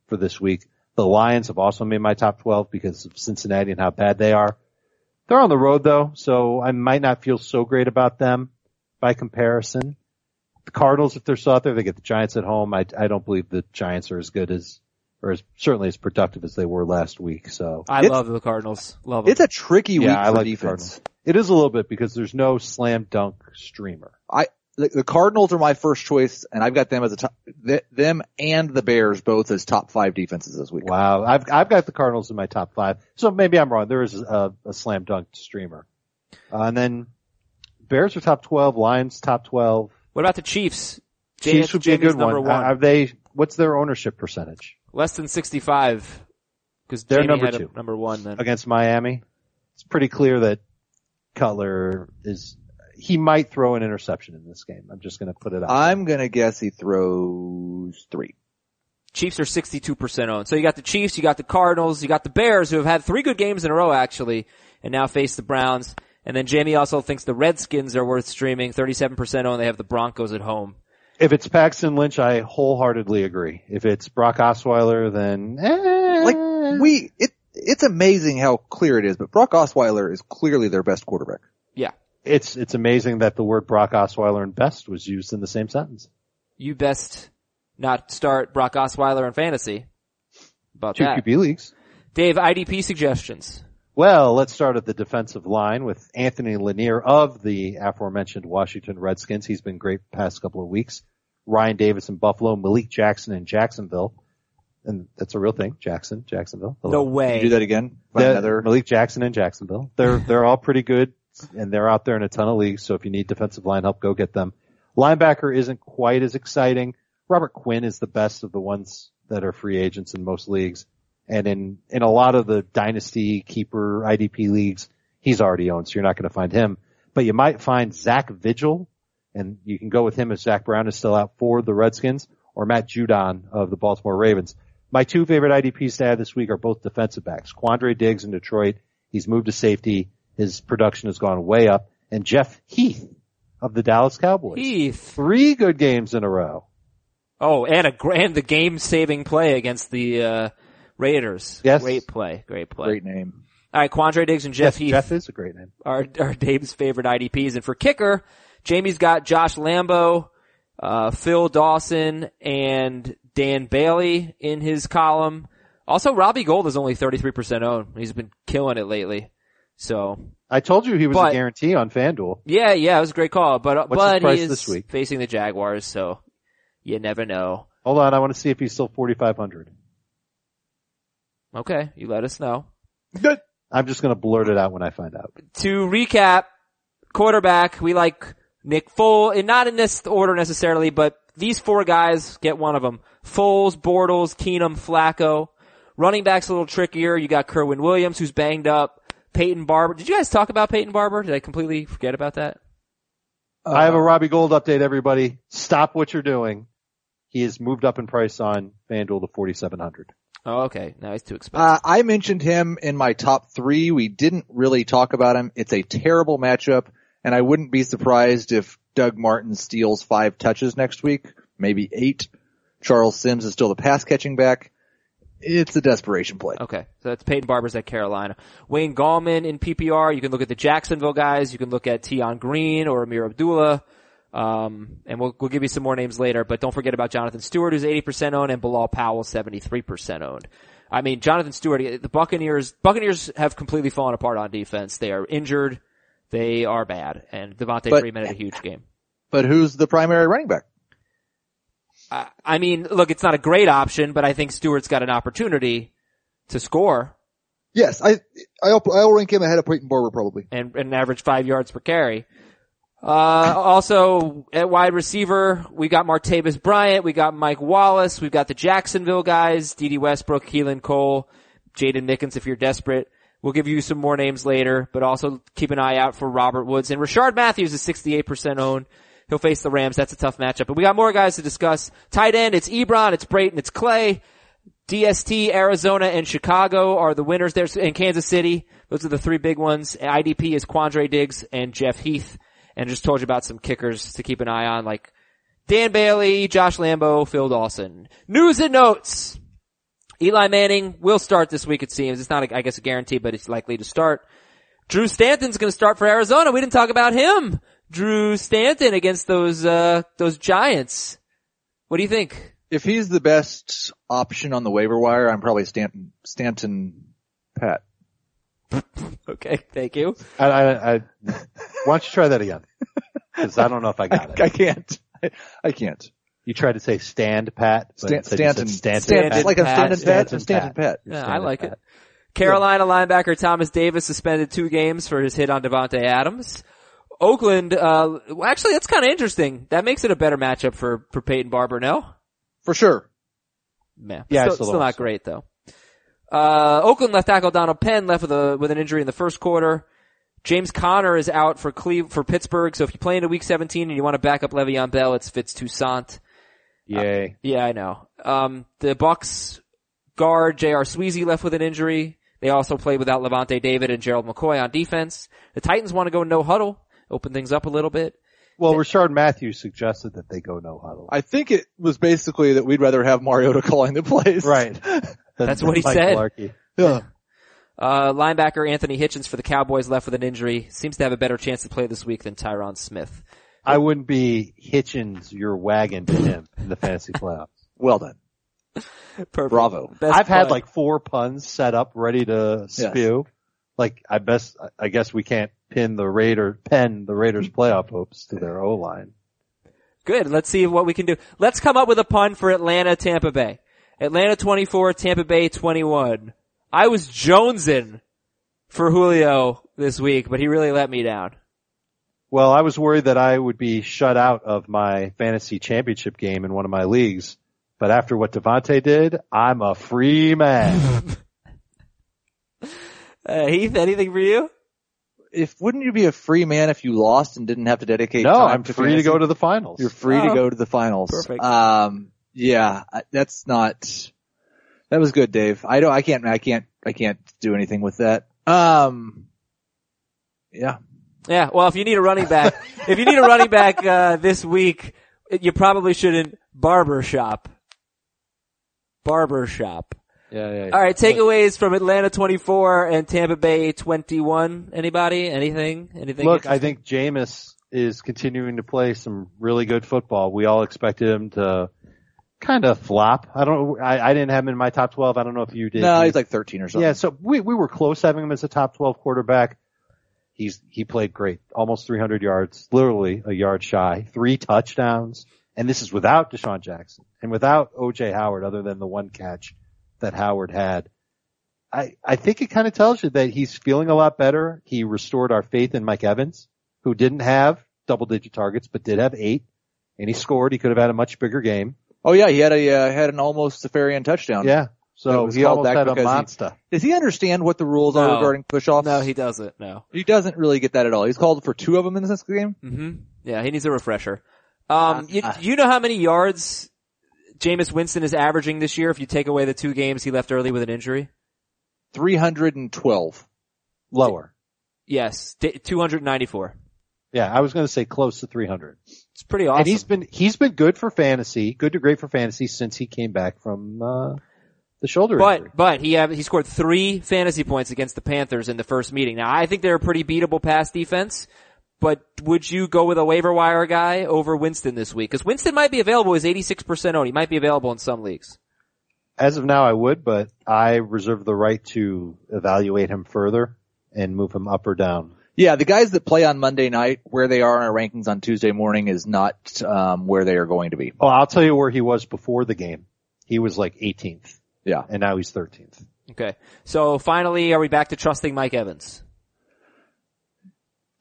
[SPEAKER 3] for this week. The Lions have also made my top 12 because of Cincinnati and how bad they are. They're on the road though, so I might not feel so great about them by comparison. The Cardinals, if they're still out there, they get the Giants at home. I, I don't believe the Giants are as good as, or as, certainly as productive as they were last week, so.
[SPEAKER 2] I
[SPEAKER 4] It's-
[SPEAKER 2] love the Cardinals. Love them.
[SPEAKER 4] It's a tricky
[SPEAKER 3] Yeah,
[SPEAKER 4] week
[SPEAKER 3] I
[SPEAKER 4] for
[SPEAKER 3] like the
[SPEAKER 4] defense.
[SPEAKER 3] Cardinals. It is a little bit because there's no slam dunk streamer.
[SPEAKER 4] The, the Cardinals are my first choice and I've got them as a top, th- them and the Bears both as top five defenses this week.
[SPEAKER 3] Wow, I've I've got the Cardinals in my top five, so maybe I'm wrong. There is a, a slam dunk streamer, uh, and then Bears are top twelve, Lions top twelve,
[SPEAKER 2] what about the Chiefs?
[SPEAKER 3] Chiefs
[SPEAKER 2] JS
[SPEAKER 3] would be a
[SPEAKER 2] Jamie's
[SPEAKER 3] good one.
[SPEAKER 2] number
[SPEAKER 3] Are- Are they? What's their ownership percentage
[SPEAKER 2] Less than 65. Cause
[SPEAKER 3] They're
[SPEAKER 2] Jamie
[SPEAKER 3] number
[SPEAKER 2] had 'em
[SPEAKER 3] two.
[SPEAKER 2] number one then.
[SPEAKER 3] against Miami? It's pretty clear that Cutler is. He might throw an interception in this game. I'm just going to put it out.
[SPEAKER 4] I'm gonna guess he throws three.
[SPEAKER 2] Chiefs are 62% owned. So you got the Chiefs, you got the Cardinals, you got the Bears who have had three good games in a row actually and now face the Browns. And then Jamie also thinks the Redskins are worth streaming 37% owned. They have the Broncos at home.
[SPEAKER 3] if it's Paxton Lynch, I wholeheartedly agree. If it's Brock Osweiler, then eh,
[SPEAKER 4] Like we, it, it's amazing how clear it is, but Brock Osweiler is clearly their best quarterback.
[SPEAKER 2] Yeah.
[SPEAKER 3] it's it's amazing that the word Brock Osweiler and best was used in the same sentence.
[SPEAKER 2] You best not start Brock Osweiler in fantasy. About
[SPEAKER 3] Two
[SPEAKER 2] that.
[SPEAKER 3] QB leagues.
[SPEAKER 2] Dave, IDP suggestions.
[SPEAKER 3] Well, let's start at the defensive line with Anthony Lanier of the aforementioned Washington Redskins. He's been great the past couple of weeks. Ryan Davis in Buffalo, Malik Jackson in Jacksonville. And that's a real thing. Jackson, Jacksonville.
[SPEAKER 2] No
[SPEAKER 3] Hello.
[SPEAKER 4] Can
[SPEAKER 2] way.
[SPEAKER 4] you do that again? Find
[SPEAKER 3] The-
[SPEAKER 4] another-
[SPEAKER 3] Malik Jackson in Jacksonville. They're they're all pretty good, and they're out there in a ton of leagues. So if you need defensive line help, go get them. Linebacker isn't quite as exciting. Robert Quinn is the best of the ones that are free agents in most leagues, and in in a lot of the dynasty keeper IDP leagues, he's already owned, so you're not going to find him. But you might find Zach Vigil, and you can go with him if Zach Brown is still out for the Redskins, or Matt Judon of the Baltimore Ravens. My two favorite IDPs to add this week are both defensive backs. Quandre Diggs in Detroit. He's moved to safety. His production has gone way up. And Jeff Heath of the Dallas Cowboys.
[SPEAKER 2] Heath.
[SPEAKER 3] Three good games in a row.
[SPEAKER 2] Oh, and a grand, the game saving play against the, uh, Raiders.
[SPEAKER 3] Yes.
[SPEAKER 2] Great play. Great play.
[SPEAKER 4] Great name.
[SPEAKER 2] All right. Quandre Diggs and Jeff
[SPEAKER 3] Yes,
[SPEAKER 2] Heath.
[SPEAKER 3] Jeff is a great name.
[SPEAKER 2] our our Dave's favorite IDPs. And for kicker, Jamie's got Josh Lambo, uh, Phil Dawson, and Dan Bailey in his column. Also, Robbie Gold is only 33% owned. He's been killing it lately. So,
[SPEAKER 3] I told you he was
[SPEAKER 2] But-
[SPEAKER 3] a guarantee on FanDuel.
[SPEAKER 2] yeah, yeah, it was a great call. But, uh,
[SPEAKER 3] What's his
[SPEAKER 2] but
[SPEAKER 3] price
[SPEAKER 2] he is
[SPEAKER 3] this week?
[SPEAKER 2] facing the Jaguars, so you never know.
[SPEAKER 3] Hold on. I want to see if he's still 4,500.
[SPEAKER 2] Okay, you let us know.
[SPEAKER 3] I'm just going to blurt it out when I find out.
[SPEAKER 2] to recap, quarterback, we like Nick Foles, and not in this order necessarily, but these four guys get one of them. Foles, Bortles, Keenum, Flacco. Running back's a little trickier. You got Kerwin Williams, who's banged up. Peyton Barber. Did you guys talk about Peyton Barber? Did I completely forget about that?
[SPEAKER 3] I
[SPEAKER 4] Uh,
[SPEAKER 3] have a Robbie Gold update, everybody. Stop what you're doing. He has moved up in price on FanDuel to 4,700.
[SPEAKER 2] Oh, okay. Now he's too expensive.
[SPEAKER 4] Uh, I mentioned him in my top three. We didn't really talk about him. It's a terrible matchup, and I wouldn't be surprised if Doug Martin steals five touches next week, maybe eight. Charles Sims is still the pass catching back. It's a desperation play.
[SPEAKER 2] Okay, so that's Peyton Barber's at Carolina. Wayne Gallman in PPR. You can look at the Jacksonville guys. You can look at Tion Green or Amir Abdullah. Um, and we'll we'll give you some more names later. But don't forget about Jonathan Stewart, who's eighty percent owned, and Bilal Powell, seventy three percent owned. I mean, Jonathan Stewart. The Buccaneers Buccaneers have completely fallen apart on defense. They are injured. They are bad. And Devontae
[SPEAKER 4] But-
[SPEAKER 2] Freeman had a huge game.
[SPEAKER 4] But who's the primary running back?
[SPEAKER 2] I, I mean, look, it's not a great option, but I think Stewart's got an opportunity to score
[SPEAKER 5] Yes, I I'll, I'll rank him ahead of Peyton Barber probably.
[SPEAKER 2] and, and average five yards per carry. Uh, also at wide receiver, we got Martavis Bryant, we got Mike Wallace, we've got the Jacksonville guys, D.D. Westbrook, Keelan Cole, Jaden Nickens if you're desperate. We'll give you some more names later, but also keep an eye out for Robert Woods and Rashard Matthews is 68% owned. He'll face the Rams. That's a tough matchup, but we got more guys to discuss. Tight end, it's Ebron, it's Brayton, it's Clay. DST, Arizona, and Chicago are the winners there, and Kansas City. Those are the three big ones. IDP is Quandre Diggs and Jeff Heath. And just told you about some kickers to keep an eye on, like Dan Bailey, Josh Lambo, Phil Dawson. News and notes. Eli Manning will start this week, it seems. It's not, a, I guess, a guarantee, but it's likely to start. Drew Stanton's going to start for Arizona. We didn't talk about him. Drew Stanton against those, uh, those Giants. What do you think?
[SPEAKER 4] If he's the best option on the waiver wire, I'm probably Stanton, Stanton Pat.
[SPEAKER 2] Okay, thank you.
[SPEAKER 3] I, I, I, why don't you try that again? Because I don't know if I got it.
[SPEAKER 4] I can't. I, I can't.
[SPEAKER 3] You tried to say stand pat. but
[SPEAKER 4] Stan,
[SPEAKER 3] instead you said
[SPEAKER 4] Stanton.
[SPEAKER 3] Stanton.
[SPEAKER 4] Stanton.
[SPEAKER 3] Pat.
[SPEAKER 4] Like a Stanton
[SPEAKER 2] Pat.
[SPEAKER 4] Pat.
[SPEAKER 3] Stanton
[SPEAKER 4] Stanton, Stanton Pat.
[SPEAKER 2] Yeah, I
[SPEAKER 3] standing
[SPEAKER 2] like
[SPEAKER 3] pat.
[SPEAKER 2] it. Carolina linebacker Thomas Davis suspended two games for his hit on Devontae Adams. Oakland, uh, well, actually that's kind of interesting. That makes it a better matchup for, for Peyton Barber, no?
[SPEAKER 5] For sure.
[SPEAKER 2] Man,
[SPEAKER 3] Yeah, I
[SPEAKER 2] still,
[SPEAKER 3] still
[SPEAKER 2] still
[SPEAKER 3] don't
[SPEAKER 2] not
[SPEAKER 3] think so.
[SPEAKER 2] great though. Uh, Oakland left tackle Donald Penn left with a with an injury in the first quarter. James Conner is out for Cleve for Pittsburgh. So if you play into Week 17 and you want to back up Le'Veon Bell, it's Fitz Toussaint.
[SPEAKER 4] Uh,
[SPEAKER 3] Yay.
[SPEAKER 2] Yeah, I know. Um, the Bucks guard J.R. Sweezy left with an injury. They also played without Levante David and Gerald McCoy on defense. The Titans want to go no huddle, open things up a little bit.
[SPEAKER 3] Well, Richard Matthews suggested that they go no huddle.
[SPEAKER 4] I think it was basically that we'd rather have Mariota calling the plays.
[SPEAKER 3] Right.
[SPEAKER 2] That's what he
[SPEAKER 3] Mike
[SPEAKER 2] said.
[SPEAKER 3] Larkey.
[SPEAKER 4] Yeah.
[SPEAKER 2] Uh, linebacker Anthony Hitchens for the Cowboys left with an injury. Seems to have a better chance to play this week than Tyron Smith.
[SPEAKER 3] I wouldn't be hitching your wagon to him in the fantasy playoffs.
[SPEAKER 4] Well done.
[SPEAKER 2] Perfect.
[SPEAKER 4] Bravo.
[SPEAKER 2] Best
[SPEAKER 3] I've had
[SPEAKER 2] play.
[SPEAKER 3] like four puns set up ready to
[SPEAKER 4] Yes.
[SPEAKER 3] spew. Like I best, I guess we can't pin the Raider, pen the Raiders playoff hopes to their O line.
[SPEAKER 2] Good. Let's see what we can do. Let's come up with a pun for Atlanta, Tampa Bay. Atlanta 24, Tampa Bay 21. I was jonesing for Julio this week, but he really let me down.
[SPEAKER 3] Well, I was worried that I would be shut out of my fantasy championship game in one of my leagues. But after what Devontae did, I'm a free man.
[SPEAKER 2] Uh, Heath, anything for you?
[SPEAKER 4] If wouldn't you be a free man if you lost and didn't have to dedicate
[SPEAKER 3] no,
[SPEAKER 4] time
[SPEAKER 3] I'm
[SPEAKER 4] to
[SPEAKER 3] free to
[SPEAKER 4] fantasy?
[SPEAKER 3] go to the finals.
[SPEAKER 4] You're free
[SPEAKER 2] Oh.
[SPEAKER 4] to go to the finals.
[SPEAKER 2] Perfect.
[SPEAKER 4] Um, yeah, I- that's not. That was good, Dave. I don't. I can't. I can't. I can't do anything with that. Um. Yeah.
[SPEAKER 2] Yeah. Well, if you need a running back, if you need a running back, uh, this week, you probably shouldn't barber shop. Barber shop.
[SPEAKER 3] yeah, yeah, yeah.
[SPEAKER 2] All right. Takeaways from Atlanta 24 and Tampa Bay 21. Anybody? Anything? Anything?
[SPEAKER 3] Look, I think Jameis is continuing to play some really good football. We all expected him to kind of flop. I don't. I, I didn't have him in my top twelve. I don't know if you did.
[SPEAKER 4] No, he's like 13 or something.
[SPEAKER 3] yeah. So we we were close having him as a top twelve quarterback. He's he played great, almost 300 yards, literally a yard shy, three touchdowns, and this is without Deshaun Jackson and without OJ Howard, other than the one catch that Howard had. I, I think it kind of tells you that he's feeling a lot better. He restored our faith in Mike Evans, who didn't have double digit targets, but did have eight and he scored. He could have had a much bigger game.
[SPEAKER 4] Oh yeah, he had a uh, had an almost Safarian touchdown.
[SPEAKER 3] Yeah.
[SPEAKER 4] It
[SPEAKER 3] So
[SPEAKER 4] was
[SPEAKER 3] he
[SPEAKER 4] called
[SPEAKER 3] almost
[SPEAKER 4] back
[SPEAKER 3] had a
[SPEAKER 4] because he-
[SPEAKER 3] monster.
[SPEAKER 4] Does he understand what the rules
[SPEAKER 2] No.
[SPEAKER 4] are regarding push-offs?
[SPEAKER 2] No, he doesn't. No.
[SPEAKER 4] he doesn't really get that at all. He's called for two of them in this game.
[SPEAKER 2] hmm Yeah, he needs a refresher. Um, you, you know how many yards Jameis Winston is averaging this year if you take away the two games he left early with an injury?
[SPEAKER 4] 312.
[SPEAKER 3] Lower.
[SPEAKER 2] Yes, d- 294.
[SPEAKER 3] Yeah. I was going to say close to 300.
[SPEAKER 2] It's pretty awesome.
[SPEAKER 3] And he's been, he's been good for fantasy, good to great for fantasy since he came back from, uh, the shoulder injury.
[SPEAKER 2] but but he have, he scored three fantasy points against the Panthers in the first meeting. Now I think they're a pretty beatable pass defense, but would you go with a waiver wire guy over Winston this week? Because Winston might be available. He's eighty six percent owned. He might be available in some leagues.
[SPEAKER 3] As of now, I would, but I reserve the right to evaluate him further and move him up or down.
[SPEAKER 4] Yeah, the guys that play on Monday night, where they are in our rankings on Tuesday morning is not um, where they are going to be.
[SPEAKER 3] Oh, I'll tell you where he was before the game. He was like 18th
[SPEAKER 4] Yeah.
[SPEAKER 3] and now he's 13th.
[SPEAKER 2] Okay. So finally, are we back to trusting Mike Evans?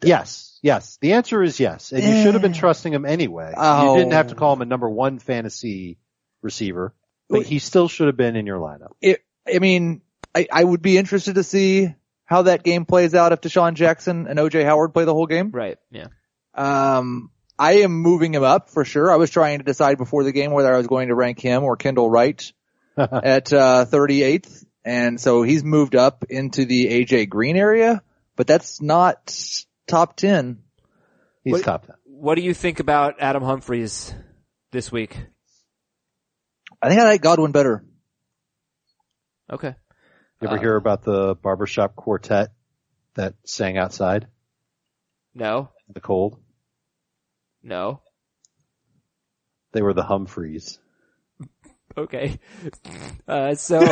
[SPEAKER 3] Yes. Yes. The answer is yes. And you should have been
[SPEAKER 2] Eh.
[SPEAKER 3] trusting him anyway.
[SPEAKER 4] Oh.
[SPEAKER 3] You didn't have to call him a number one fantasy receiver, but he still should have been in your lineup.
[SPEAKER 4] It, I mean, I, I would be interested to see how that game plays out if Deshaun Jackson and OJ Howard play the whole game.
[SPEAKER 2] Right. Yeah.
[SPEAKER 4] Um, I am moving him up for sure. I was trying to decide before the game whether I was going to rank him or Kendall Wright at uh, 38th, and so he's moved up into the AJ Green area, but that's not top 10.
[SPEAKER 3] He's
[SPEAKER 2] Wait.
[SPEAKER 3] top 10.
[SPEAKER 2] What do you think about Adam Humphreys this week?
[SPEAKER 4] I think I like Godwin better.
[SPEAKER 2] Okay.
[SPEAKER 3] You ever
[SPEAKER 2] Uh,
[SPEAKER 3] hear about the barbershop quartet that sang outside
[SPEAKER 2] No.
[SPEAKER 3] in the cold?
[SPEAKER 2] No.
[SPEAKER 3] They were the Humphreys.
[SPEAKER 2] Okay. Uh, so.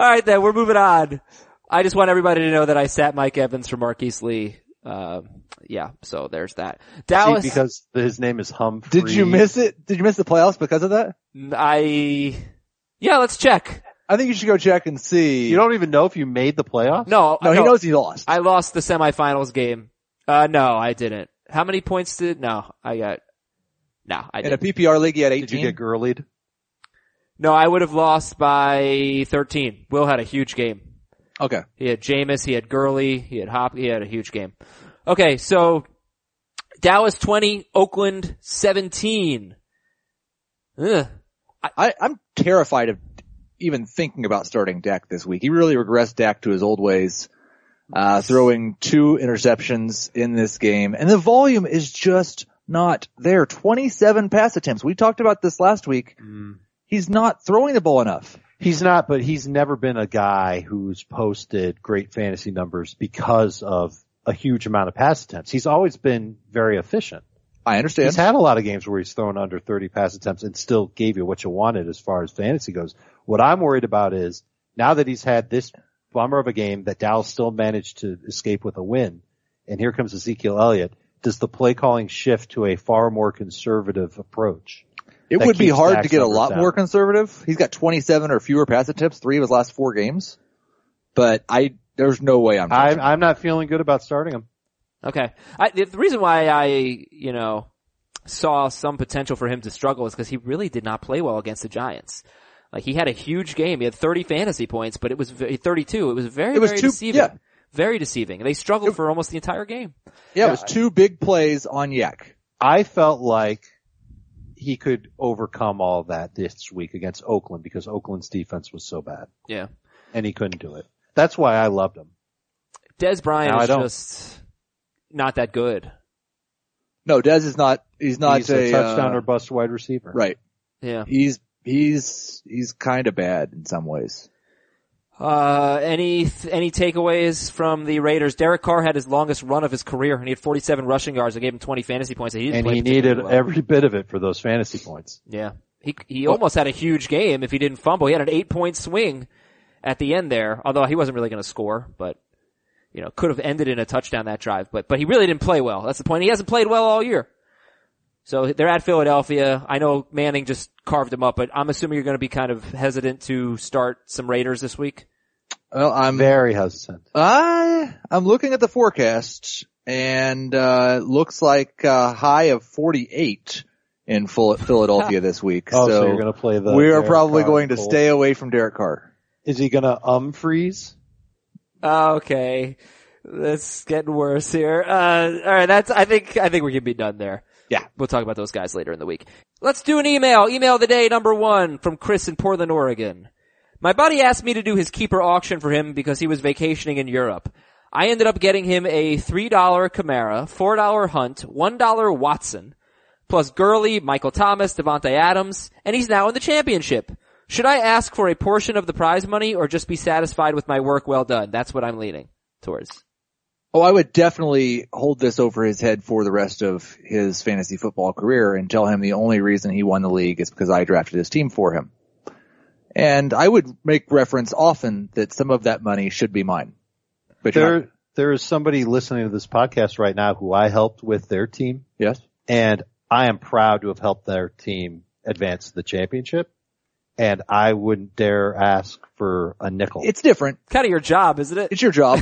[SPEAKER 2] All right, then we're moving on. I just want everybody to know that I sat Mike Evans for Marquise Lee. Um, yeah, so there's that. Dallas.
[SPEAKER 3] because his name is Humphrey.
[SPEAKER 4] Did you miss it? Did you miss the playoffs because of that?
[SPEAKER 2] I. Yeah, let's check.
[SPEAKER 4] I think you should go check and see.
[SPEAKER 3] You don't even know if you made the playoffs?
[SPEAKER 2] No, no,
[SPEAKER 4] no, he knows he lost.
[SPEAKER 2] I lost the semifinals game. Uh, no, I didn't. How many points did? No, I got. No, I
[SPEAKER 4] in a
[SPEAKER 2] didn't.
[SPEAKER 4] PPR league, he had 18.
[SPEAKER 3] Did you get girlied?
[SPEAKER 2] No, I would have lost by 13. Will had a huge game.
[SPEAKER 4] okay.
[SPEAKER 2] He had Jameis, he had Gurley, he had Hop, he had a huge game. Okay, so Dallas 20, Oakland 17. Ugh.
[SPEAKER 4] I, I'm terrified of even thinking about starting Dak this week. He really regressed Dak to his old ways, uh, throwing two interceptions in this game. And the volume is just not there. 27 pass attempts. We talked about this last week.
[SPEAKER 3] Mm.
[SPEAKER 4] He's not throwing the ball enough.
[SPEAKER 3] He's not, but he's never been a guy who's posted great fantasy numbers because of a huge amount of pass attempts. He's always been very efficient.
[SPEAKER 4] I understand.
[SPEAKER 3] He's had a lot of games where he's thrown under 30 pass attempts and still gave you what you wanted as far as fantasy goes. What I'm worried about is now that he's had this bummer of a game that Dallas still managed to escape with a win, and here comes Ezekiel Elliott, does the play calling shift to a far more conservative approach?
[SPEAKER 4] it
[SPEAKER 3] that
[SPEAKER 4] would be
[SPEAKER 3] keeps
[SPEAKER 4] hard
[SPEAKER 3] Dak's
[SPEAKER 4] to get a
[SPEAKER 3] numbers
[SPEAKER 4] lot
[SPEAKER 3] down.
[SPEAKER 4] more conservative. He's got 27 or fewer pass attempts, three of his last four games. But I, there's no way I'm.
[SPEAKER 3] I'm, I'm not feeling good about starting him.
[SPEAKER 2] Okay. I, the the reason why I, you know, saw some potential for him to struggle is because he really did not play well against the Giants. Like he had a huge game. He had 30 fantasy points, but it was ve- 32. It was very,
[SPEAKER 4] It was
[SPEAKER 2] very
[SPEAKER 4] too-
[SPEAKER 2] deceiving.
[SPEAKER 4] yeah.
[SPEAKER 2] Very deceiving. They struggled for almost the entire game.
[SPEAKER 4] yeah, it was two big plays on Yak.
[SPEAKER 3] I felt like he could overcome all that this week against Oakland because Oakland's defense was so bad
[SPEAKER 2] Yeah.
[SPEAKER 3] and he couldn't do it. That's why I loved him.
[SPEAKER 2] Des Bryant
[SPEAKER 3] No, I
[SPEAKER 2] is
[SPEAKER 3] don't.
[SPEAKER 2] just not that good.
[SPEAKER 4] No, Dez is not. He's not
[SPEAKER 3] He's a, touchdown
[SPEAKER 4] uh,
[SPEAKER 3] or bust wide receiver.
[SPEAKER 4] right.
[SPEAKER 2] Yeah.
[SPEAKER 4] He's he's he's kind of bad in some ways.
[SPEAKER 2] Uh, any, th- any takeaways from the Raiders? Derek Carr had his longest run of his career and he had 47 rushing yards. I gave him 20 fantasy points. he didn't
[SPEAKER 3] And
[SPEAKER 2] play
[SPEAKER 3] he
[SPEAKER 2] particularly
[SPEAKER 3] needed
[SPEAKER 2] well.
[SPEAKER 3] every bit of it for those fantasy points.
[SPEAKER 2] Yeah. He, he almost had a huge game if he didn't fumble. He had an eight point swing at the end there, although he wasn't really going to score, but you know, could have ended in a touchdown that drive, but, but he really didn't play well. That's the point. He hasn't played well all year. So they're at Philadelphia. I know Manning just carved him up, but I'm assuming you're going to be kind of hesitant to start some Raiders this week.
[SPEAKER 4] Well, I'm
[SPEAKER 3] Very hesitant.
[SPEAKER 4] I I'm looking at the forecast and uh it looks like a high of 48 in Phil- Philadelphia this week.
[SPEAKER 3] Oh, so,
[SPEAKER 4] so
[SPEAKER 3] you're going to play the.
[SPEAKER 4] we are
[SPEAKER 3] Derek
[SPEAKER 4] probably
[SPEAKER 3] Carr
[SPEAKER 4] going to
[SPEAKER 3] Bowl.
[SPEAKER 4] stay away from Derek Carr.
[SPEAKER 3] Is he going to um freeze?
[SPEAKER 2] Ah, Okay. That's getting worse here. Uh, alright, that's, I think, I think we can be done there.
[SPEAKER 4] Yeah.
[SPEAKER 2] We'll talk about those guys later in the week. Let's do an email. Email of the day number one from Chris in Portland, Oregon. My buddy asked me to do his keeper auction for him because he was vacationing in Europe. I ended up getting him a $3 Camara, $4 Hunt, $1 Watson, plus Gurley, Michael Thomas, Devontae Adams, and he's now in the championship. Should I ask for a portion of the prize money or just be satisfied with my work well done? That's what I'm leaning towards.
[SPEAKER 4] Oh, I would definitely hold this over his head for the rest of his fantasy football career and tell him the only reason he won the league is because I drafted his team for him. And I would make reference often that some of that money should be mine. But you're
[SPEAKER 3] There,
[SPEAKER 4] not-
[SPEAKER 3] there is somebody listening to this podcast right now who I helped with their team,
[SPEAKER 4] yes.
[SPEAKER 3] and I am proud to have helped their team advance to the championship. And I wouldn't dare ask for a nickel.
[SPEAKER 4] It's different.
[SPEAKER 2] Kind of your job, isn't it?
[SPEAKER 4] It's your job.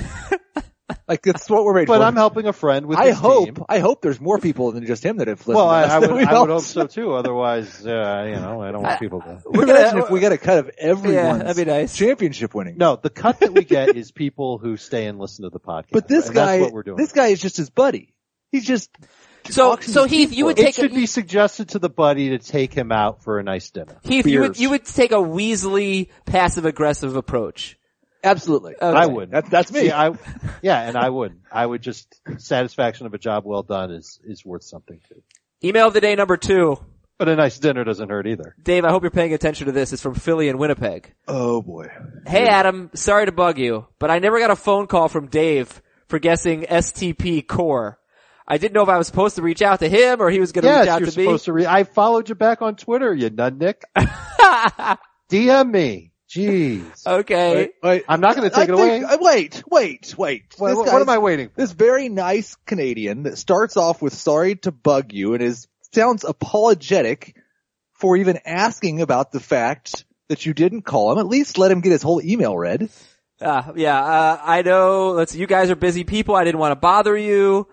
[SPEAKER 4] like that's what we're made
[SPEAKER 3] but
[SPEAKER 4] for.
[SPEAKER 3] I'm helping a friend with.
[SPEAKER 4] I
[SPEAKER 3] his
[SPEAKER 4] hope
[SPEAKER 3] team.
[SPEAKER 4] I hope there's more people than just him that have listened.
[SPEAKER 3] Well,
[SPEAKER 4] to
[SPEAKER 3] I,
[SPEAKER 4] us
[SPEAKER 3] I
[SPEAKER 4] that
[SPEAKER 3] would,
[SPEAKER 4] we
[SPEAKER 3] I would
[SPEAKER 4] don't.
[SPEAKER 3] hope so too. Otherwise, uh, you know, I don't want people to.
[SPEAKER 2] We're gonna-
[SPEAKER 4] Imagine if we got a cut of
[SPEAKER 2] yeah,
[SPEAKER 4] everyone's
[SPEAKER 2] that'd be nice.
[SPEAKER 4] championship winning.
[SPEAKER 3] No, the cut that we get is people who stay and listen to the podcast.
[SPEAKER 4] but this
[SPEAKER 3] And
[SPEAKER 4] guy,
[SPEAKER 3] that's what we're doing.
[SPEAKER 4] this guy is just his buddy. He's just
[SPEAKER 2] So,
[SPEAKER 4] auction
[SPEAKER 2] so
[SPEAKER 4] his
[SPEAKER 2] Heath,
[SPEAKER 4] team
[SPEAKER 2] you
[SPEAKER 4] for
[SPEAKER 2] would
[SPEAKER 4] us.
[SPEAKER 3] it
[SPEAKER 2] take a,
[SPEAKER 3] should be suggested to the buddy to take him out for a nice dinner.
[SPEAKER 2] Heath, you would
[SPEAKER 4] beers.
[SPEAKER 2] you would take a Weasley passive aggressive approach.
[SPEAKER 4] absolutely.
[SPEAKER 2] Okay.
[SPEAKER 3] I would.
[SPEAKER 4] That- that's me.
[SPEAKER 3] See, I, yeah, and I would. I would just satisfaction of a job well done is is worth something too.
[SPEAKER 2] Email of the day number two.
[SPEAKER 3] But a nice dinner doesn't hurt either.
[SPEAKER 2] Dave, I hope you're paying attention to this. It's from Philly and Winnipeg.
[SPEAKER 4] oh boy.
[SPEAKER 2] Hey Adam, sorry to bug you, but I never got a phone call from Dave for guessing STP core. I didn't know if I was supposed to reach out to him or he was going to reach
[SPEAKER 3] Yes,
[SPEAKER 2] out
[SPEAKER 3] you're
[SPEAKER 2] to me.
[SPEAKER 3] supposed to read. I followed you back on Twitter, you nudnik. DM me. Jeez.
[SPEAKER 2] Okay.
[SPEAKER 4] Wait, wait.
[SPEAKER 3] I'm not going to
[SPEAKER 4] Oh. I
[SPEAKER 3] take it away.
[SPEAKER 4] think- uh, wait, wait, wait.
[SPEAKER 3] What, what-
[SPEAKER 4] This
[SPEAKER 3] what
[SPEAKER 4] guy's-
[SPEAKER 3] am I waiting for?
[SPEAKER 4] This very nice Canadian that starts off with sorry to bug you and is sounds apologetic for even asking about the fact that you didn't call him. At least let him get his whole email read.
[SPEAKER 2] Uh, yeah, uh, I know, let's, you guys are busy people. I didn't want to bother you.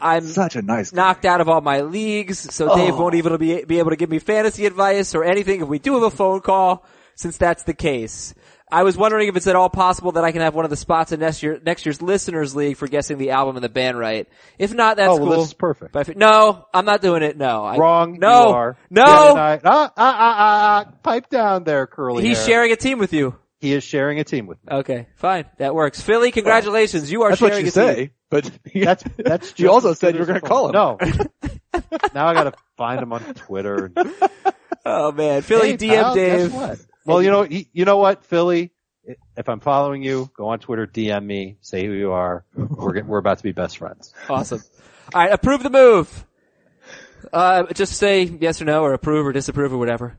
[SPEAKER 2] I'm
[SPEAKER 4] Such a nice guy.
[SPEAKER 2] knocked out of all my leagues, so Dave
[SPEAKER 3] Oh.
[SPEAKER 2] won't even be, be able to give me fantasy advice or anything if we do have a phone call, since that's the case. I was wondering if it's at all possible that I can have one of the spots in next year, next year's listeners league for guessing the album and the band right. If not, that's
[SPEAKER 3] oh, well,
[SPEAKER 2] cool.
[SPEAKER 3] this is perfect.
[SPEAKER 2] But if- no, I'm not doing it. No, I-
[SPEAKER 3] Wrong.
[SPEAKER 2] No,
[SPEAKER 3] you are.
[SPEAKER 2] no.
[SPEAKER 3] And I- ah, ah, ah, ah, ah. Pipe down there, curly.
[SPEAKER 2] he's
[SPEAKER 3] hair.
[SPEAKER 2] sharing a team with you.
[SPEAKER 3] He is sharing a team with me.
[SPEAKER 2] Okay, fine, that works. Philly, congratulations, you are
[SPEAKER 4] That's
[SPEAKER 2] sharing
[SPEAKER 4] what you
[SPEAKER 2] a team.
[SPEAKER 4] say, but
[SPEAKER 3] That's that's.
[SPEAKER 4] you
[SPEAKER 3] just
[SPEAKER 4] also
[SPEAKER 3] as good
[SPEAKER 4] said you were
[SPEAKER 3] as the
[SPEAKER 4] going to call him.
[SPEAKER 3] phone. No. now I got to find him on Twitter. And,
[SPEAKER 2] Oh man, Philly
[SPEAKER 3] Hey,
[SPEAKER 2] DM
[SPEAKER 3] pal, guess
[SPEAKER 2] Dave.
[SPEAKER 3] what? Well, you know, you you know what, Philly. If I'm following you, go on Twitter, DM me, say who you are. We're get- we're about to be best friends.
[SPEAKER 2] Awesome. All right, approve the move. Uh, just say yes or no, or approve or disapprove or whatever.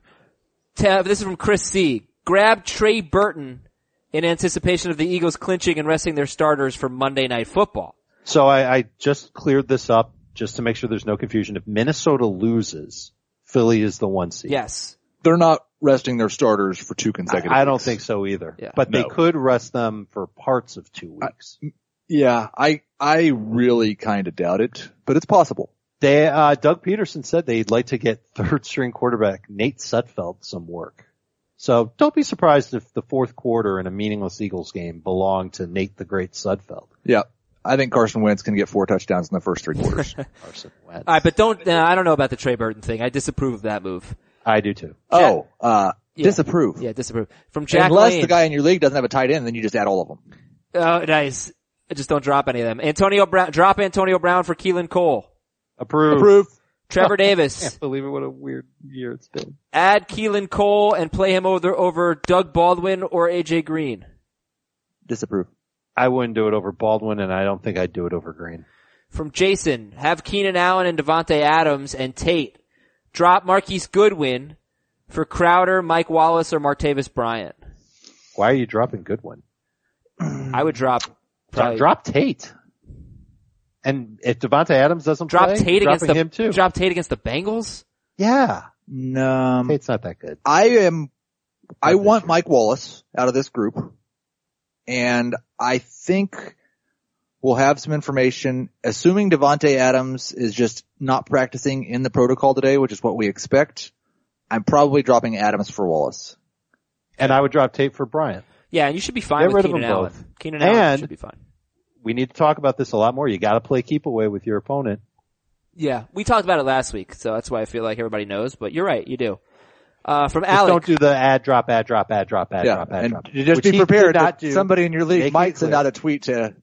[SPEAKER 2] Ta- This is from Chris C. Grab Trey Burton in anticipation of the Eagles clinching and resting their starters for Monday Night Football.
[SPEAKER 3] So I, I just cleared this up just to make sure there's no confusion. If Minnesota loses, Philly is the one seed.
[SPEAKER 2] Yes.
[SPEAKER 4] they're not resting their starters for two consecutive.
[SPEAKER 3] I don't
[SPEAKER 4] weeks.
[SPEAKER 3] think so either.
[SPEAKER 2] Yeah.
[SPEAKER 3] But they
[SPEAKER 4] No.
[SPEAKER 3] could rest them for parts of two weeks.
[SPEAKER 4] Yeah, I I really kind of doubt it, but it's possible.
[SPEAKER 3] They, uh, Doug Peterson said they'd like to get third string quarterback Nate Sudfeld some work. So don't be surprised if the fourth quarter in a meaningless Eagles game belonged to Nate the Great Sudfeld.
[SPEAKER 4] Yeah, I think Carson Wentz can get four touchdowns in the first three quarters.
[SPEAKER 3] Carson Wentz.
[SPEAKER 2] All right, but don't. Uh, I don't know about the Trey Burton thing. I disapprove of that move.
[SPEAKER 3] I do too.
[SPEAKER 4] oh, uh,
[SPEAKER 2] Yeah.
[SPEAKER 4] disapprove.
[SPEAKER 2] Yeah, disapprove. From Jack
[SPEAKER 4] Unless
[SPEAKER 2] Lane.
[SPEAKER 4] the guy in your league doesn't have a tight end, then you just add all of them.
[SPEAKER 2] oh, nice. Just don't drop any of them. Antonio Brown. Drop Antonio Brown for Keelan Cole.
[SPEAKER 3] Approved.
[SPEAKER 2] Trevor Davis.
[SPEAKER 3] Believe it, what a weird year it's been.
[SPEAKER 2] add Keelan Cole and play him over over Doug Baldwin or AJ Green.
[SPEAKER 4] Disapprove.
[SPEAKER 3] I wouldn't do it over Baldwin and I don't think I'd do it over Green.
[SPEAKER 2] From Jason, have Keenan Allen and Devontae Adams and Tate drop Marquise Goodwin for Crowder, Mike Wallace, or Martavis Bryant.
[SPEAKER 3] Why are you dropping Goodwin?
[SPEAKER 2] I would drop
[SPEAKER 3] Drop,
[SPEAKER 2] probably,
[SPEAKER 3] drop Tate. And if Devontae Adams doesn't
[SPEAKER 2] drop
[SPEAKER 3] play,
[SPEAKER 2] Tate against
[SPEAKER 3] dropping
[SPEAKER 2] the
[SPEAKER 3] him too.
[SPEAKER 2] drop Tate against the Bengals.
[SPEAKER 3] yeah.
[SPEAKER 4] No,
[SPEAKER 3] Tate's not that good.
[SPEAKER 4] I am. I
[SPEAKER 3] Not this
[SPEAKER 4] want
[SPEAKER 3] year.
[SPEAKER 4] Mike Wallace out of this group, and I think we'll have some information. Assuming Devonte Adams is just not practicing in the protocol today, which is what we expect, I'm probably dropping Adams for Wallace.
[SPEAKER 3] And I would drop Tate for Bryant.
[SPEAKER 2] Yeah, and you should be fine
[SPEAKER 3] Get
[SPEAKER 2] with
[SPEAKER 3] rid of
[SPEAKER 2] Keenan
[SPEAKER 3] them
[SPEAKER 2] Allen.
[SPEAKER 3] both.
[SPEAKER 2] Keenan Allen
[SPEAKER 3] And-
[SPEAKER 2] should be fine.
[SPEAKER 3] we need to talk about this a lot more. You got to play keep away with your opponent.
[SPEAKER 2] Yeah, we talked about it last week, so that's why I feel like everybody knows. But you're right, you do. Uh, from
[SPEAKER 3] Just
[SPEAKER 2] Alex,
[SPEAKER 3] don't do the ad drop, ad drop, ad drop, ad
[SPEAKER 4] yeah,
[SPEAKER 3] drop, ad
[SPEAKER 4] and
[SPEAKER 3] drop.
[SPEAKER 4] you just
[SPEAKER 3] which
[SPEAKER 4] be
[SPEAKER 3] he did
[SPEAKER 4] prepared
[SPEAKER 3] not
[SPEAKER 4] that
[SPEAKER 3] do.
[SPEAKER 4] somebody in your league
[SPEAKER 3] Make it
[SPEAKER 4] might send
[SPEAKER 3] clear.
[SPEAKER 4] out a tweet to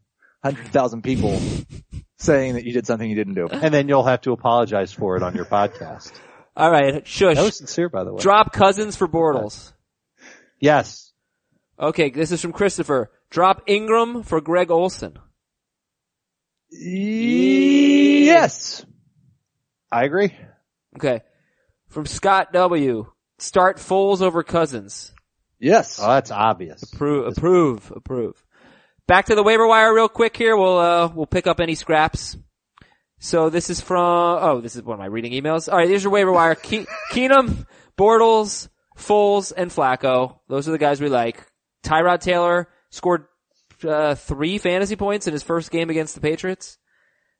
[SPEAKER 4] hundred thousand people saying that you did something you didn't do.
[SPEAKER 3] and then you'll have to apologize for it on your podcast.
[SPEAKER 2] all right, shush.
[SPEAKER 3] That was sincere, by the way.
[SPEAKER 2] Drop Cousins for Bortles.
[SPEAKER 3] Yes,
[SPEAKER 2] Okay, this is from Christopher. Drop Ingram for Greg Olson.
[SPEAKER 4] Yes.
[SPEAKER 3] I agree.
[SPEAKER 2] Okay. From Scott W. Start Foles over Cousins.
[SPEAKER 4] Yes.
[SPEAKER 3] Oh, that's obvious.
[SPEAKER 2] Approve, approve, approve. Back to the waiver wire real quick here. We'll, uh, we'll pick up any scraps. So this is from, oh, this is, what am I reading emails? Alright, here's your waiver wire. Ke- Keenum, Bortles, Foles, and Flacco. Those are the guys we like. Tyrod Taylor scored, uh, three fantasy points in his first game against the Patriots.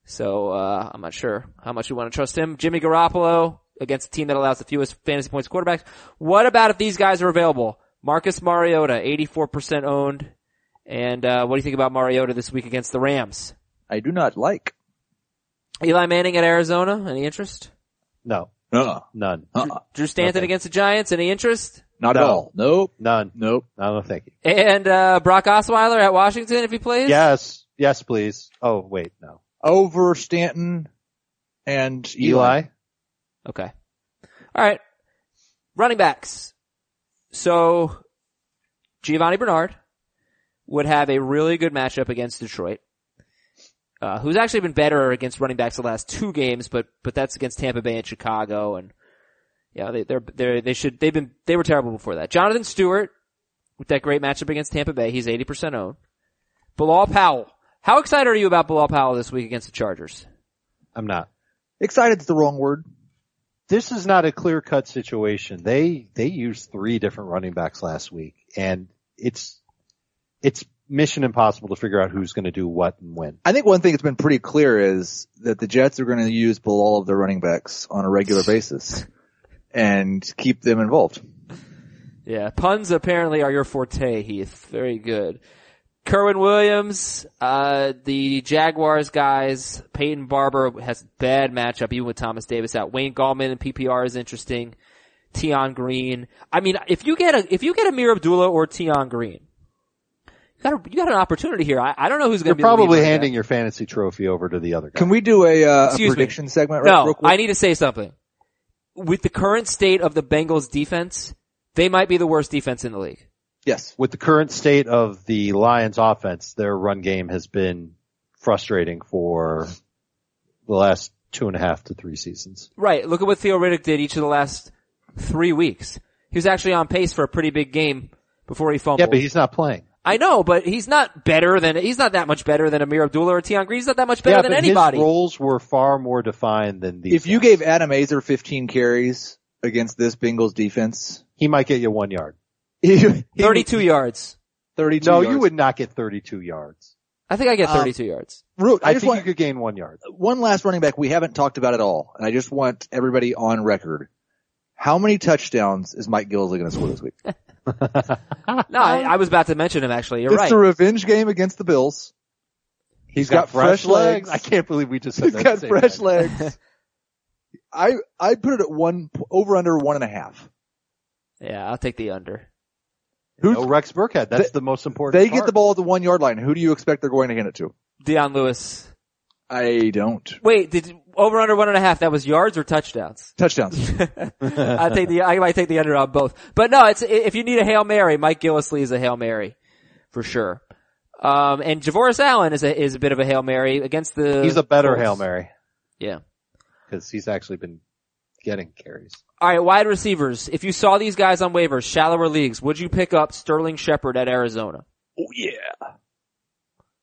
[SPEAKER 2] So, uh, I'm not sure how much we want to trust him. Jimmy Garoppolo against a team that allows the fewest fantasy points to quarterbacks. What about if these guys are available? Marcus Mariota, 84% owned. And, uh, what do you think about Mariota this week against the Rams?
[SPEAKER 4] I do not like.
[SPEAKER 2] Eli Manning at Arizona, any interest?
[SPEAKER 3] No,
[SPEAKER 4] Uh-uh.
[SPEAKER 3] none,
[SPEAKER 4] Uh-uh.
[SPEAKER 2] Drew Stanton
[SPEAKER 3] Okay.
[SPEAKER 2] against the Giants, any interest?
[SPEAKER 4] Not at
[SPEAKER 3] No.
[SPEAKER 4] all. Nope.
[SPEAKER 3] none.
[SPEAKER 4] Nope.
[SPEAKER 3] No, no, thank you.
[SPEAKER 2] And uh Brock Osweiler at Washington if he plays?
[SPEAKER 3] Yes, yes, please. Oh, wait, no.
[SPEAKER 4] Over Stanton and Eli.
[SPEAKER 3] Eli,
[SPEAKER 2] Okay. All right. Running backs. So Giovanni Bernard would have a really good matchup against Detroit. Uh, who's actually been better against running backs the last two games, but, but that's against Tampa Bay and Chicago and yeah, they, they're, they're, they should, they've been, they were terrible before that. Jonathan Stewart with that great matchup against Tampa Bay, he's 80% owned. Bilal Powell. How excited are you about Bilal Powell this week against the Chargers?
[SPEAKER 3] I'm not.
[SPEAKER 4] Excited's the wrong word.
[SPEAKER 3] This is not a clear cut situation. They, they used three different running backs last week and it's, it's mission impossible to figure out who's going to do what and when.
[SPEAKER 4] I think one thing that's been pretty clear is that the Jets are going to use Bilal of their running backs on a regular basis and keep them involved.
[SPEAKER 2] Yeah, puns apparently are your forte, Heath. Very good. Kerwin Williams, uh, the Jaguars guys, Peyton Barber has a bad matchup, even with Thomas Davis out. Wayne Gallman and PPR is interesting. Tion Green. I mean, if you get a, if you get Amir Abdullah or Tion Green, you got a, you got an opportunity here. I, I don't know who's going to
[SPEAKER 3] You're
[SPEAKER 2] be the lead
[SPEAKER 3] probably
[SPEAKER 2] running back.
[SPEAKER 3] handing your fantasy trophy over to the other guy.
[SPEAKER 4] Can we do a, uh, a
[SPEAKER 2] Excuse me.
[SPEAKER 4] prediction segment right, real
[SPEAKER 2] No,
[SPEAKER 4] quick?
[SPEAKER 2] I need to say something. With the current state of the Bengals defense, they might be the worst defense in the league.
[SPEAKER 4] yes.
[SPEAKER 3] With the current state of the Lions offense, their run game has been frustrating for the last two and a half to three seasons.
[SPEAKER 2] Right. Look at what Theo Riddick did each of the last three weeks. He was actually on pace for a pretty big game before he fumbled.
[SPEAKER 3] Yeah, but he's not playing.
[SPEAKER 2] I know, but he's not better than he's not that much better than Amir Abdullah or Tion Green. He's not that much better
[SPEAKER 3] yeah,
[SPEAKER 2] than
[SPEAKER 3] but
[SPEAKER 2] anybody.
[SPEAKER 3] his roles were far more defined than these.
[SPEAKER 4] If you
[SPEAKER 3] guys.
[SPEAKER 4] gave Adam Azer 15 carries against this Bengals defense,
[SPEAKER 3] he might get you one yard.
[SPEAKER 4] he, he-
[SPEAKER 2] Thirty-two yards.
[SPEAKER 4] 32
[SPEAKER 3] No,
[SPEAKER 4] yards.
[SPEAKER 3] you would not get 32 yards.
[SPEAKER 2] I think I get
[SPEAKER 4] Um,
[SPEAKER 2] thirty-two yards.
[SPEAKER 4] Root, I,
[SPEAKER 3] I,
[SPEAKER 4] just
[SPEAKER 3] think
[SPEAKER 4] want,
[SPEAKER 3] you could gain one yard.
[SPEAKER 4] one last running back we haven't talked about at all, and I just want everybody on record. How many touchdowns is Mike Gillisley going to score this week?
[SPEAKER 2] No, I, I was about to mention him actually. You're
[SPEAKER 4] it's
[SPEAKER 2] right.
[SPEAKER 4] a revenge game against the Bills.
[SPEAKER 3] he's
[SPEAKER 4] got fresh legs.
[SPEAKER 3] I can't believe we just said
[SPEAKER 4] He's
[SPEAKER 3] that
[SPEAKER 4] got
[SPEAKER 3] same
[SPEAKER 4] fresh
[SPEAKER 3] thing.
[SPEAKER 4] legs. I I put it at one over under one and a half.
[SPEAKER 2] yeah, I'll take the under.
[SPEAKER 4] Who
[SPEAKER 3] No Rex Burkhead. That's the most important.
[SPEAKER 4] they
[SPEAKER 3] part.
[SPEAKER 4] get the ball at the one yard line? Who do you expect they're going to hand it to?
[SPEAKER 2] Deion Lewis.
[SPEAKER 4] I don't.
[SPEAKER 2] Wait, did over under one and a half? That was yards or touchdowns?
[SPEAKER 4] Touchdowns.
[SPEAKER 2] I take the I might take the under on both. But no, it's if you need a hail mary, Mike Gillisley is a hail mary for sure. Um, and Javoris Allen is a is a bit of a hail mary against the.
[SPEAKER 3] He's a better
[SPEAKER 2] Colts.
[SPEAKER 3] hail mary
[SPEAKER 2] Yeah.
[SPEAKER 3] because he's actually been getting carries.
[SPEAKER 2] All right, wide receivers. If you saw these guys on waivers, shallower leagues, would you pick up Sterling Shepard at Arizona?
[SPEAKER 4] oh yeah.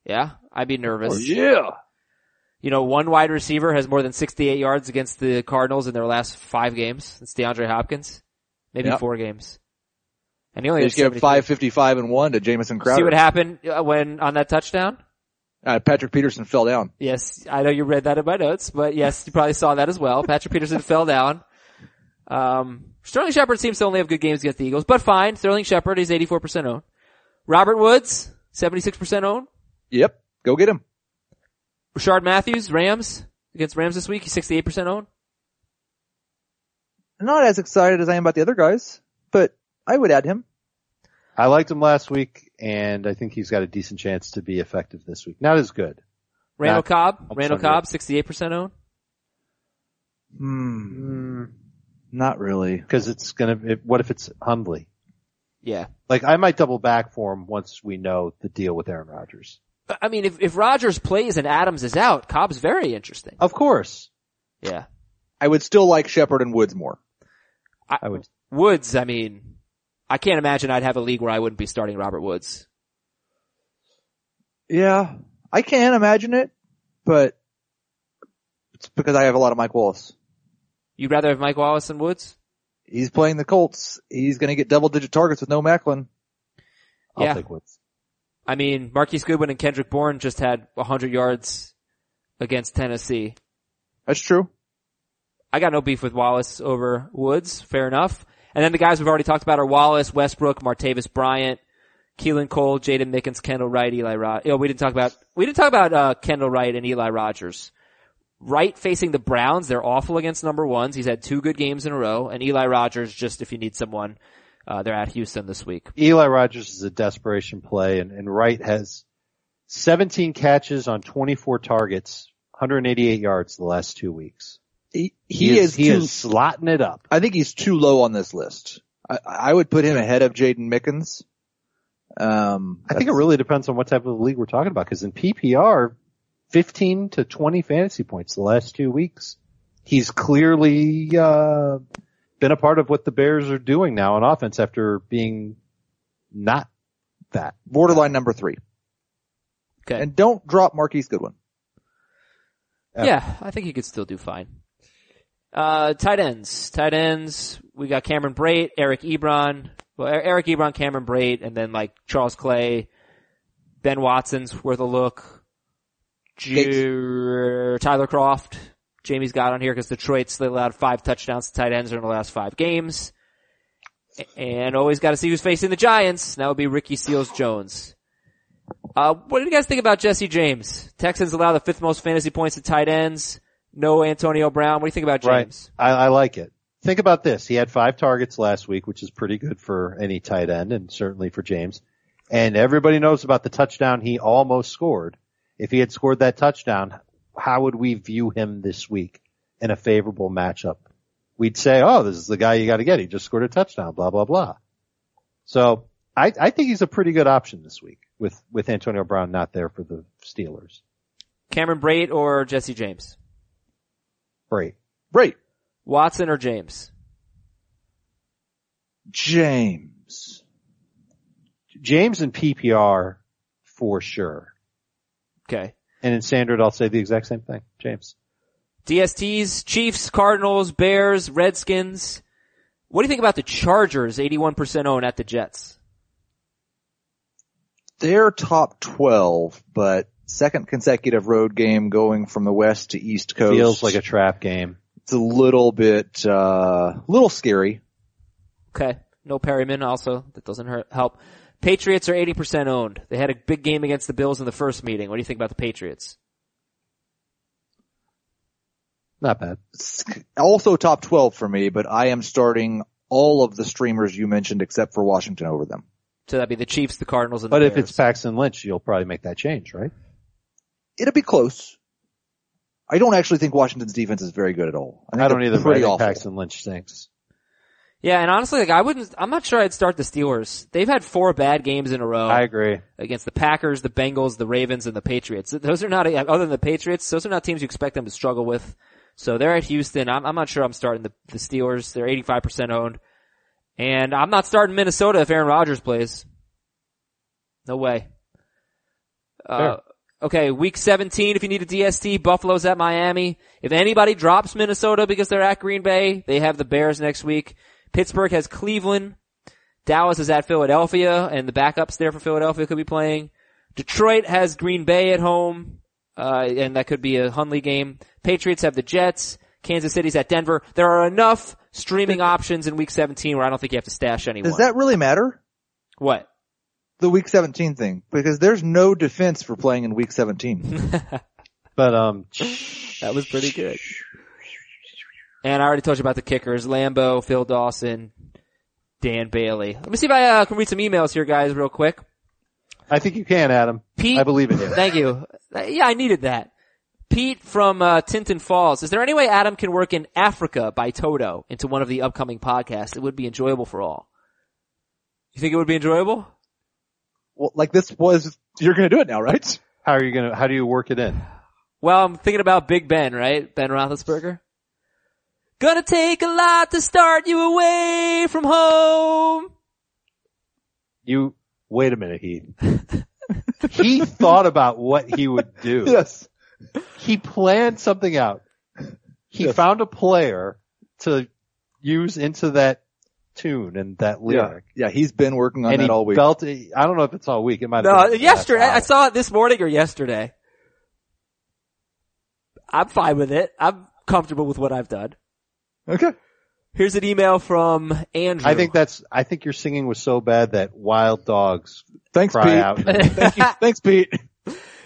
[SPEAKER 2] Yeah, I'd be nervous.
[SPEAKER 4] Oh, yeah.
[SPEAKER 2] You know, one wide receiver has more than 68 yards against the Cardinals in their last five games. It's DeAndre Hopkins, maybe
[SPEAKER 4] Yep.
[SPEAKER 2] four games, and he only
[SPEAKER 4] They
[SPEAKER 2] has
[SPEAKER 4] just gave
[SPEAKER 2] 73.
[SPEAKER 4] five fifty five and one to Jamison
[SPEAKER 2] See what
[SPEAKER 4] Crowder.
[SPEAKER 2] happened uh, when on that touchdown.
[SPEAKER 4] Uh, Patrick Peterson fell down.
[SPEAKER 2] Yes, I know you read that in my notes, but yes, you probably saw that as well. Patrick Peterson fell down. Um, Sterling Shepard seems to only have good games against the Eagles, but fine. Sterling Shepard is 84% owned. Robert Woods, 76% owned.
[SPEAKER 4] Yep. Go get him.
[SPEAKER 2] Rashard Matthews, Rams, against Rams this week, he's 68% owned.
[SPEAKER 4] Not as excited as I am about the other guys, but I would add him.
[SPEAKER 3] I liked him last week, and I think he's got a decent chance to be effective this week. Not as good.
[SPEAKER 2] Randall
[SPEAKER 3] Matt-
[SPEAKER 2] Cobb,
[SPEAKER 3] I'm
[SPEAKER 2] Randall
[SPEAKER 3] sorry.
[SPEAKER 2] Cobb, 68% owned.
[SPEAKER 4] Hmm. Not really.
[SPEAKER 3] Because it's gonna. It, what if it's Hundley?
[SPEAKER 2] Yeah.
[SPEAKER 3] Like I might double back for him once we know the deal with Aaron Rodgers.
[SPEAKER 2] I- I mean, if, if Rodgers plays and Adams is out, Cobb's very interesting.
[SPEAKER 3] Of course,
[SPEAKER 2] Yeah.
[SPEAKER 4] I would still like Shepard and Woods more.
[SPEAKER 3] I would.
[SPEAKER 2] Woods, I mean, I can't imagine I'd have a league where I wouldn't be starting Robert Woods.
[SPEAKER 4] Yeah, I can imagine it, but it's because I have a lot of Mike Wallace.
[SPEAKER 2] You'd rather have Mike Wallace than Woods?
[SPEAKER 4] He's playing the Colts. He's going to get double digit targets with no Macklin.
[SPEAKER 3] I'll
[SPEAKER 2] Yeah.
[SPEAKER 3] take Woods.
[SPEAKER 2] I mean, Marquise Goodwin and Kendrick Bourne just had 100 yards against Tennessee.
[SPEAKER 4] That's true.
[SPEAKER 2] I got no beef with Wallace over Woods. Fair enough. And then the guys we've already talked about are Wallace, Westbrook, Martavis Bryant, Keelan Cole, Jaden Mickens, Kendall Wright, Eli Rod. Oh, we didn't talk about, we didn't talk about, uh, Kendall Wright and Eli Rogers. Wright facing the Browns. They're awful against number ones. He's had two good games in a row. And Eli Rogers, just if you need someone, uh, they're at Houston this week.
[SPEAKER 3] Eli Rogers is a desperation play and, and Wright has 17 catches on 24 targets, 188 yards the last two weeks.
[SPEAKER 4] He, he, is,
[SPEAKER 3] he
[SPEAKER 4] too,
[SPEAKER 3] is slotting it up.
[SPEAKER 4] I think he's too low on this list. I, I would put him ahead of Jaden Mickens. Um,
[SPEAKER 3] I think it really depends on what type of league we're talking about because in PPR, 15 to 20 fantasy points the last two weeks. He's clearly, uh, been a part of what the Bears are doing now on offense after being not that.
[SPEAKER 4] borderline number three.
[SPEAKER 2] Okay.
[SPEAKER 4] And don't drop Marquise Goodwin.
[SPEAKER 3] Yeah.
[SPEAKER 2] Yeah, I think he could still do fine. Uh, tight ends, tight ends. We got Cameron Brate, Eric Ebron. Well, E- Eric Ebron, Cameron Brate, and then like Charles Clay, Ben Watson's worth a look. Jer- Tyler Croft, Jamie's got on here because Detroit's they allowed five touchdowns to tight ends in the last five games. A- And always got to see who's facing the Giants. That would be Ricky Seals Jones. Uh, what do you guys think about Jesse James? Texans allow the fifth most fantasy points to tight ends. No Antonio Brown. What do you think about James?
[SPEAKER 3] Right. I, I like it. Think about this. He had five targets last week, which is pretty good for any tight end and certainly for James. And everybody knows about the touchdown he almost scored. If he had scored that touchdown, how would we view him this week in a favorable matchup? We'd say, oh, this is the guy you got to get. He just scored a touchdown, blah, blah, blah. So I, I think he's a pretty good option this week with, with Antonio Brown not there for the Steelers.
[SPEAKER 2] Cameron Brate or Jesse James?
[SPEAKER 3] Great.
[SPEAKER 4] Right.
[SPEAKER 2] Watson or James?
[SPEAKER 4] James.
[SPEAKER 3] James and PPR for sure.
[SPEAKER 2] Okay.
[SPEAKER 3] And in standard, I'll say the exact same thing. James.
[SPEAKER 2] DSTs, Chiefs, Cardinals, Bears, Redskins. What do you think about the Chargers? 81% own at the Jets.
[SPEAKER 4] They're top 12, but second consecutive road game going from the west to east coast.
[SPEAKER 3] Feels like a trap game.
[SPEAKER 4] it's a little bit, uh, little scary.
[SPEAKER 2] Okay. No Perryman also. That doesn't hurt, help. Patriots are 80% owned. They had a big game against the Bills in the first meeting. What do you think about the Patriots?
[SPEAKER 3] Not bad.
[SPEAKER 4] It's also top 12 for me, but I am starting all of the streamers you mentioned except for Washington over them.
[SPEAKER 2] So that'd be the Chiefs, the Cardinals, and
[SPEAKER 3] But
[SPEAKER 2] the
[SPEAKER 3] if it's
[SPEAKER 2] Bears.
[SPEAKER 3] Paxton Lynch, you'll probably make that change, right?
[SPEAKER 4] It'll be close. I don't actually think Washington's defense is very good at all. think
[SPEAKER 3] I don't
[SPEAKER 4] they're
[SPEAKER 3] either. But I
[SPEAKER 4] Pretty
[SPEAKER 3] think
[SPEAKER 4] awful.
[SPEAKER 3] Paxton Lynch stinks.
[SPEAKER 2] Yeah, and honestly, like I wouldn't. I'm not sure I'd start the Steelers. They've had four bad games in a row
[SPEAKER 3] I agree.
[SPEAKER 2] against the Packers, the Bengals, the Ravens, and the Patriots. Those are not other than the Patriots. Those are not teams you expect them to struggle with. So they're at Houston. I'm, I'm not sure I'm starting the, the Steelers. They're 85 percent owned, and I'm not starting Minnesota if Aaron Rodgers plays. No way. Uh, okay, week 17. If you need a DST, Buffalo's at Miami. If anybody drops Minnesota because they're at Green Bay, they have the Bears next week. Pittsburgh has Cleveland. Dallas is at Philadelphia, and the backups there for Philadelphia could be playing. Detroit has Green Bay at home, uh, and that could be a Hunley game. Patriots have the Jets. Kansas City's at Denver. There are enough streaming options in Week 17 where I don't think you have to stash anyone.
[SPEAKER 4] Does that really matter?
[SPEAKER 2] what?
[SPEAKER 4] The week 17 thing, because there's no defense for playing in week 17.
[SPEAKER 3] But um,
[SPEAKER 2] That was pretty good. And I already told you about the kickers: Lambo, Phil Dawson, Dan Bailey. Let me see if I uh, can read some emails here, guys, real quick.
[SPEAKER 3] I think you can, Adam.
[SPEAKER 2] Pete,
[SPEAKER 3] I believe in you.
[SPEAKER 2] Thank you. Uh, Yeah, I needed that. Pete from uh, Tinton Falls. Is there any way Adam can work in Africa by Toto into one of the upcoming podcasts? It would be enjoyable for all. You think it would be enjoyable?
[SPEAKER 4] well, like this was, you're gonna do it now, right?
[SPEAKER 3] How are you gonna? How do you work it in?
[SPEAKER 2] Well, I'm thinking about Big Ben, right? Ben Roethlisberger. Gonna take a lot to start you away from home.
[SPEAKER 3] You wait a minute, Heath. He thought about what he would do.
[SPEAKER 4] Yes.
[SPEAKER 3] He planned something out. He found a player to use into that tune and that lyric.
[SPEAKER 4] Yeah, he's been working on
[SPEAKER 3] And
[SPEAKER 4] that
[SPEAKER 3] he
[SPEAKER 4] all week.
[SPEAKER 3] felt it- I don't know if it's all week. It might have
[SPEAKER 2] No,
[SPEAKER 3] been the
[SPEAKER 2] yesterday.
[SPEAKER 3] last
[SPEAKER 2] I
[SPEAKER 3] hour.
[SPEAKER 2] saw it this morning or yesterday. I'm fine with it. I'm comfortable with what I've done.
[SPEAKER 4] okay.
[SPEAKER 2] Here's an email from Andrew.
[SPEAKER 3] I think that's. I think your singing was so bad that wild dogs
[SPEAKER 4] Thanks,
[SPEAKER 3] cry
[SPEAKER 4] Pete.
[SPEAKER 3] out.
[SPEAKER 4] Thank you. Thanks, Pete.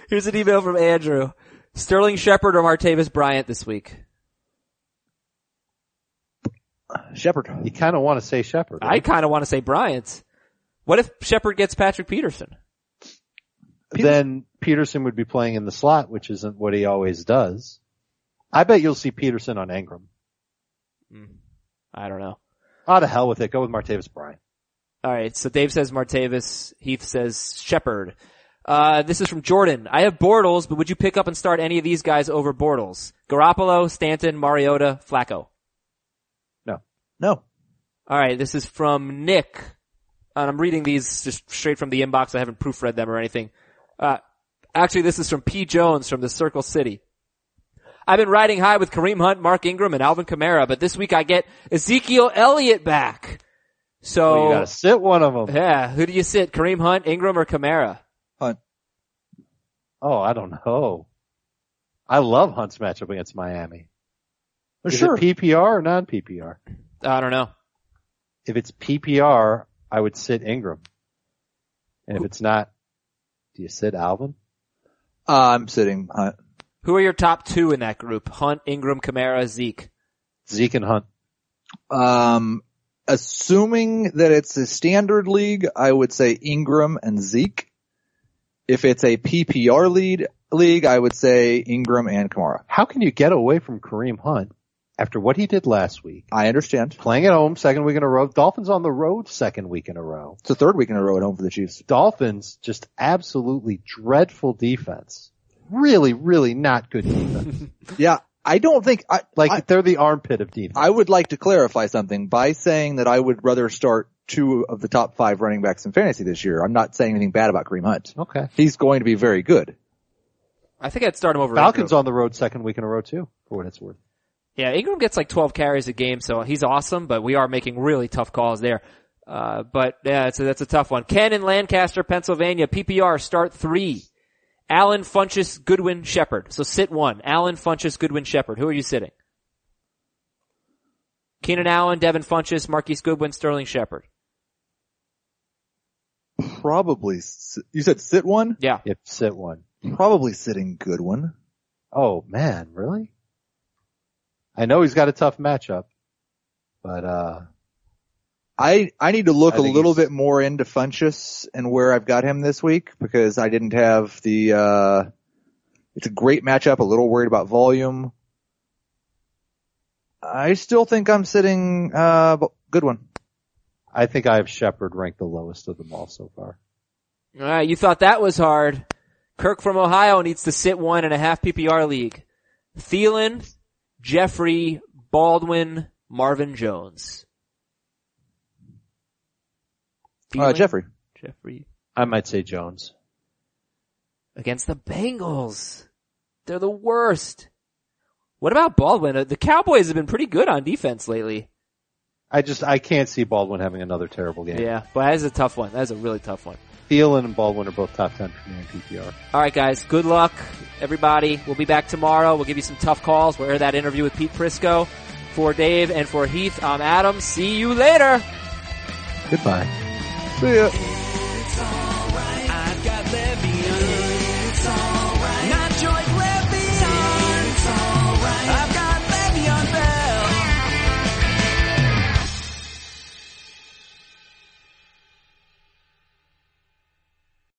[SPEAKER 2] Here's an email from Andrew. Sterling Shepard or Martavis Bryant this week?
[SPEAKER 4] Shepard.
[SPEAKER 3] You kind of want to say Shepard.
[SPEAKER 2] I kind of want to say Bryant. What if Shepard gets Patrick Peterson?
[SPEAKER 3] then Peterson would be playing in the slot, which isn't what he always does. I bet you'll see Peterson on Ingram.
[SPEAKER 2] I don't know.
[SPEAKER 3] Ah, to hell with it. Go with Martavis Bryant.
[SPEAKER 2] All right. So Dave says Martavis. Heath says Shepard. Uh, this is from Jordan. I have Bortles, but would you pick up and start any of these guys over Bortles? Garoppolo, Stanton, Mariota, Flacco.
[SPEAKER 4] No.
[SPEAKER 2] All right, this is from Nick, and I'm reading these just straight from the inbox. I haven't proofread them or anything. Uh, actually, this is from P. Jones from the Circle City. I've been riding high with Kareem Hunt, Mark Ingram, and Alvin Kamara, but this week I get Ezekiel Elliott back. So
[SPEAKER 3] Well, you gotta sit one of them.
[SPEAKER 2] yeah, who do you sit? Kareem Hunt, Ingram, or Kamara?
[SPEAKER 3] Oh, I don't know. I love Hunt's matchup against Miami. Is
[SPEAKER 4] sure.
[SPEAKER 3] it PPR or non-PPR?
[SPEAKER 2] I don't know.
[SPEAKER 3] If it's PPR, I would sit Ingram. And if it's not, do you sit Alvin?
[SPEAKER 4] I'm sitting. Hunt.
[SPEAKER 2] Who are your top two in that group? Hunt, Ingram, Kamara, Zeke.
[SPEAKER 3] Zeke and Hunt.
[SPEAKER 4] Um, assuming that it's a standard league, I would say Ingram and Zeke. If it's a PPR lead league, I would say Ingram and Kamara.
[SPEAKER 3] How can you get away from Kareem Hunt after what he did last week?
[SPEAKER 4] I understand.
[SPEAKER 3] Playing at home, second week in a row. Dolphins on the road, second week in a row.
[SPEAKER 4] It's the third week in a row at home for the Chiefs.
[SPEAKER 3] Dolphins just absolutely dreadful defense. Really, really not good defense.
[SPEAKER 4] Yeah, I don't think I
[SPEAKER 3] Like
[SPEAKER 4] I,
[SPEAKER 3] they're the armpit of defense.
[SPEAKER 4] I would like to clarify something by saying that I would rather start two of the top five running backs in fantasy this year. I'm not saying anything bad about Kareem Hunt.
[SPEAKER 3] okay.
[SPEAKER 4] He's going to be very good.
[SPEAKER 2] I think I'd start him over.
[SPEAKER 3] Falcons
[SPEAKER 2] Ingram.
[SPEAKER 3] on the road second week in a row too, for what it's worth.
[SPEAKER 2] Yeah, Ingram gets like 12 carries a game, so he's awesome, but we are making really tough calls there. Uh, but yeah, it's a, that's a tough one. Ken in Lancaster, Pennsylvania, PPR, start three. Allen, Funchess, Goodwin, Shepard. So sit one. Allen, Funchess, Goodwin, Shepard. Who are you sitting? Keenan Allen, Devin Funchess, Marquise Goodwin, Sterling Shepard.
[SPEAKER 4] Probably, s- you said sit one?
[SPEAKER 2] Yeah.
[SPEAKER 3] If sit one.
[SPEAKER 4] Probably sitting good one.
[SPEAKER 3] Oh man, really? I know he's got a tough matchup, but uh,
[SPEAKER 4] I, I need to look
[SPEAKER 3] I
[SPEAKER 4] a
[SPEAKER 3] think
[SPEAKER 4] little
[SPEAKER 3] he's-
[SPEAKER 4] bit more into Funchess and where I've got him this week because I didn't have the, uh, it's a great matchup, a little worried about volume. I still think I'm sitting, uh, b- good one.
[SPEAKER 3] I think I have Shepard ranked the lowest of them all so far.
[SPEAKER 2] Alright, you thought that was hard. Kirk from Ohio needs to sit one and a half PPR league. Thielen, Jeffrey, Baldwin, Marvin Jones.
[SPEAKER 4] Uh,
[SPEAKER 2] Thielen,
[SPEAKER 4] Jeffrey.
[SPEAKER 2] Jeffrey.
[SPEAKER 3] I might say Jones.
[SPEAKER 2] Against the Bengals. They're the worst. What about Baldwin? Uh, The Cowboys have been pretty good on defense lately.
[SPEAKER 3] I just I can't see Baldwin having another terrible game.
[SPEAKER 2] Yeah, but that is a tough one. That is a really tough one.
[SPEAKER 3] Thielen and Baldwin are both top ten for me in PPR.
[SPEAKER 2] All right, guys. Good luck, everybody. We'll be back tomorrow. We'll give you some tough calls. We'll air that interview with Pete Prisco. For Dave and for Heath, I'm Adam. See you later.
[SPEAKER 3] Goodbye.
[SPEAKER 4] See ya.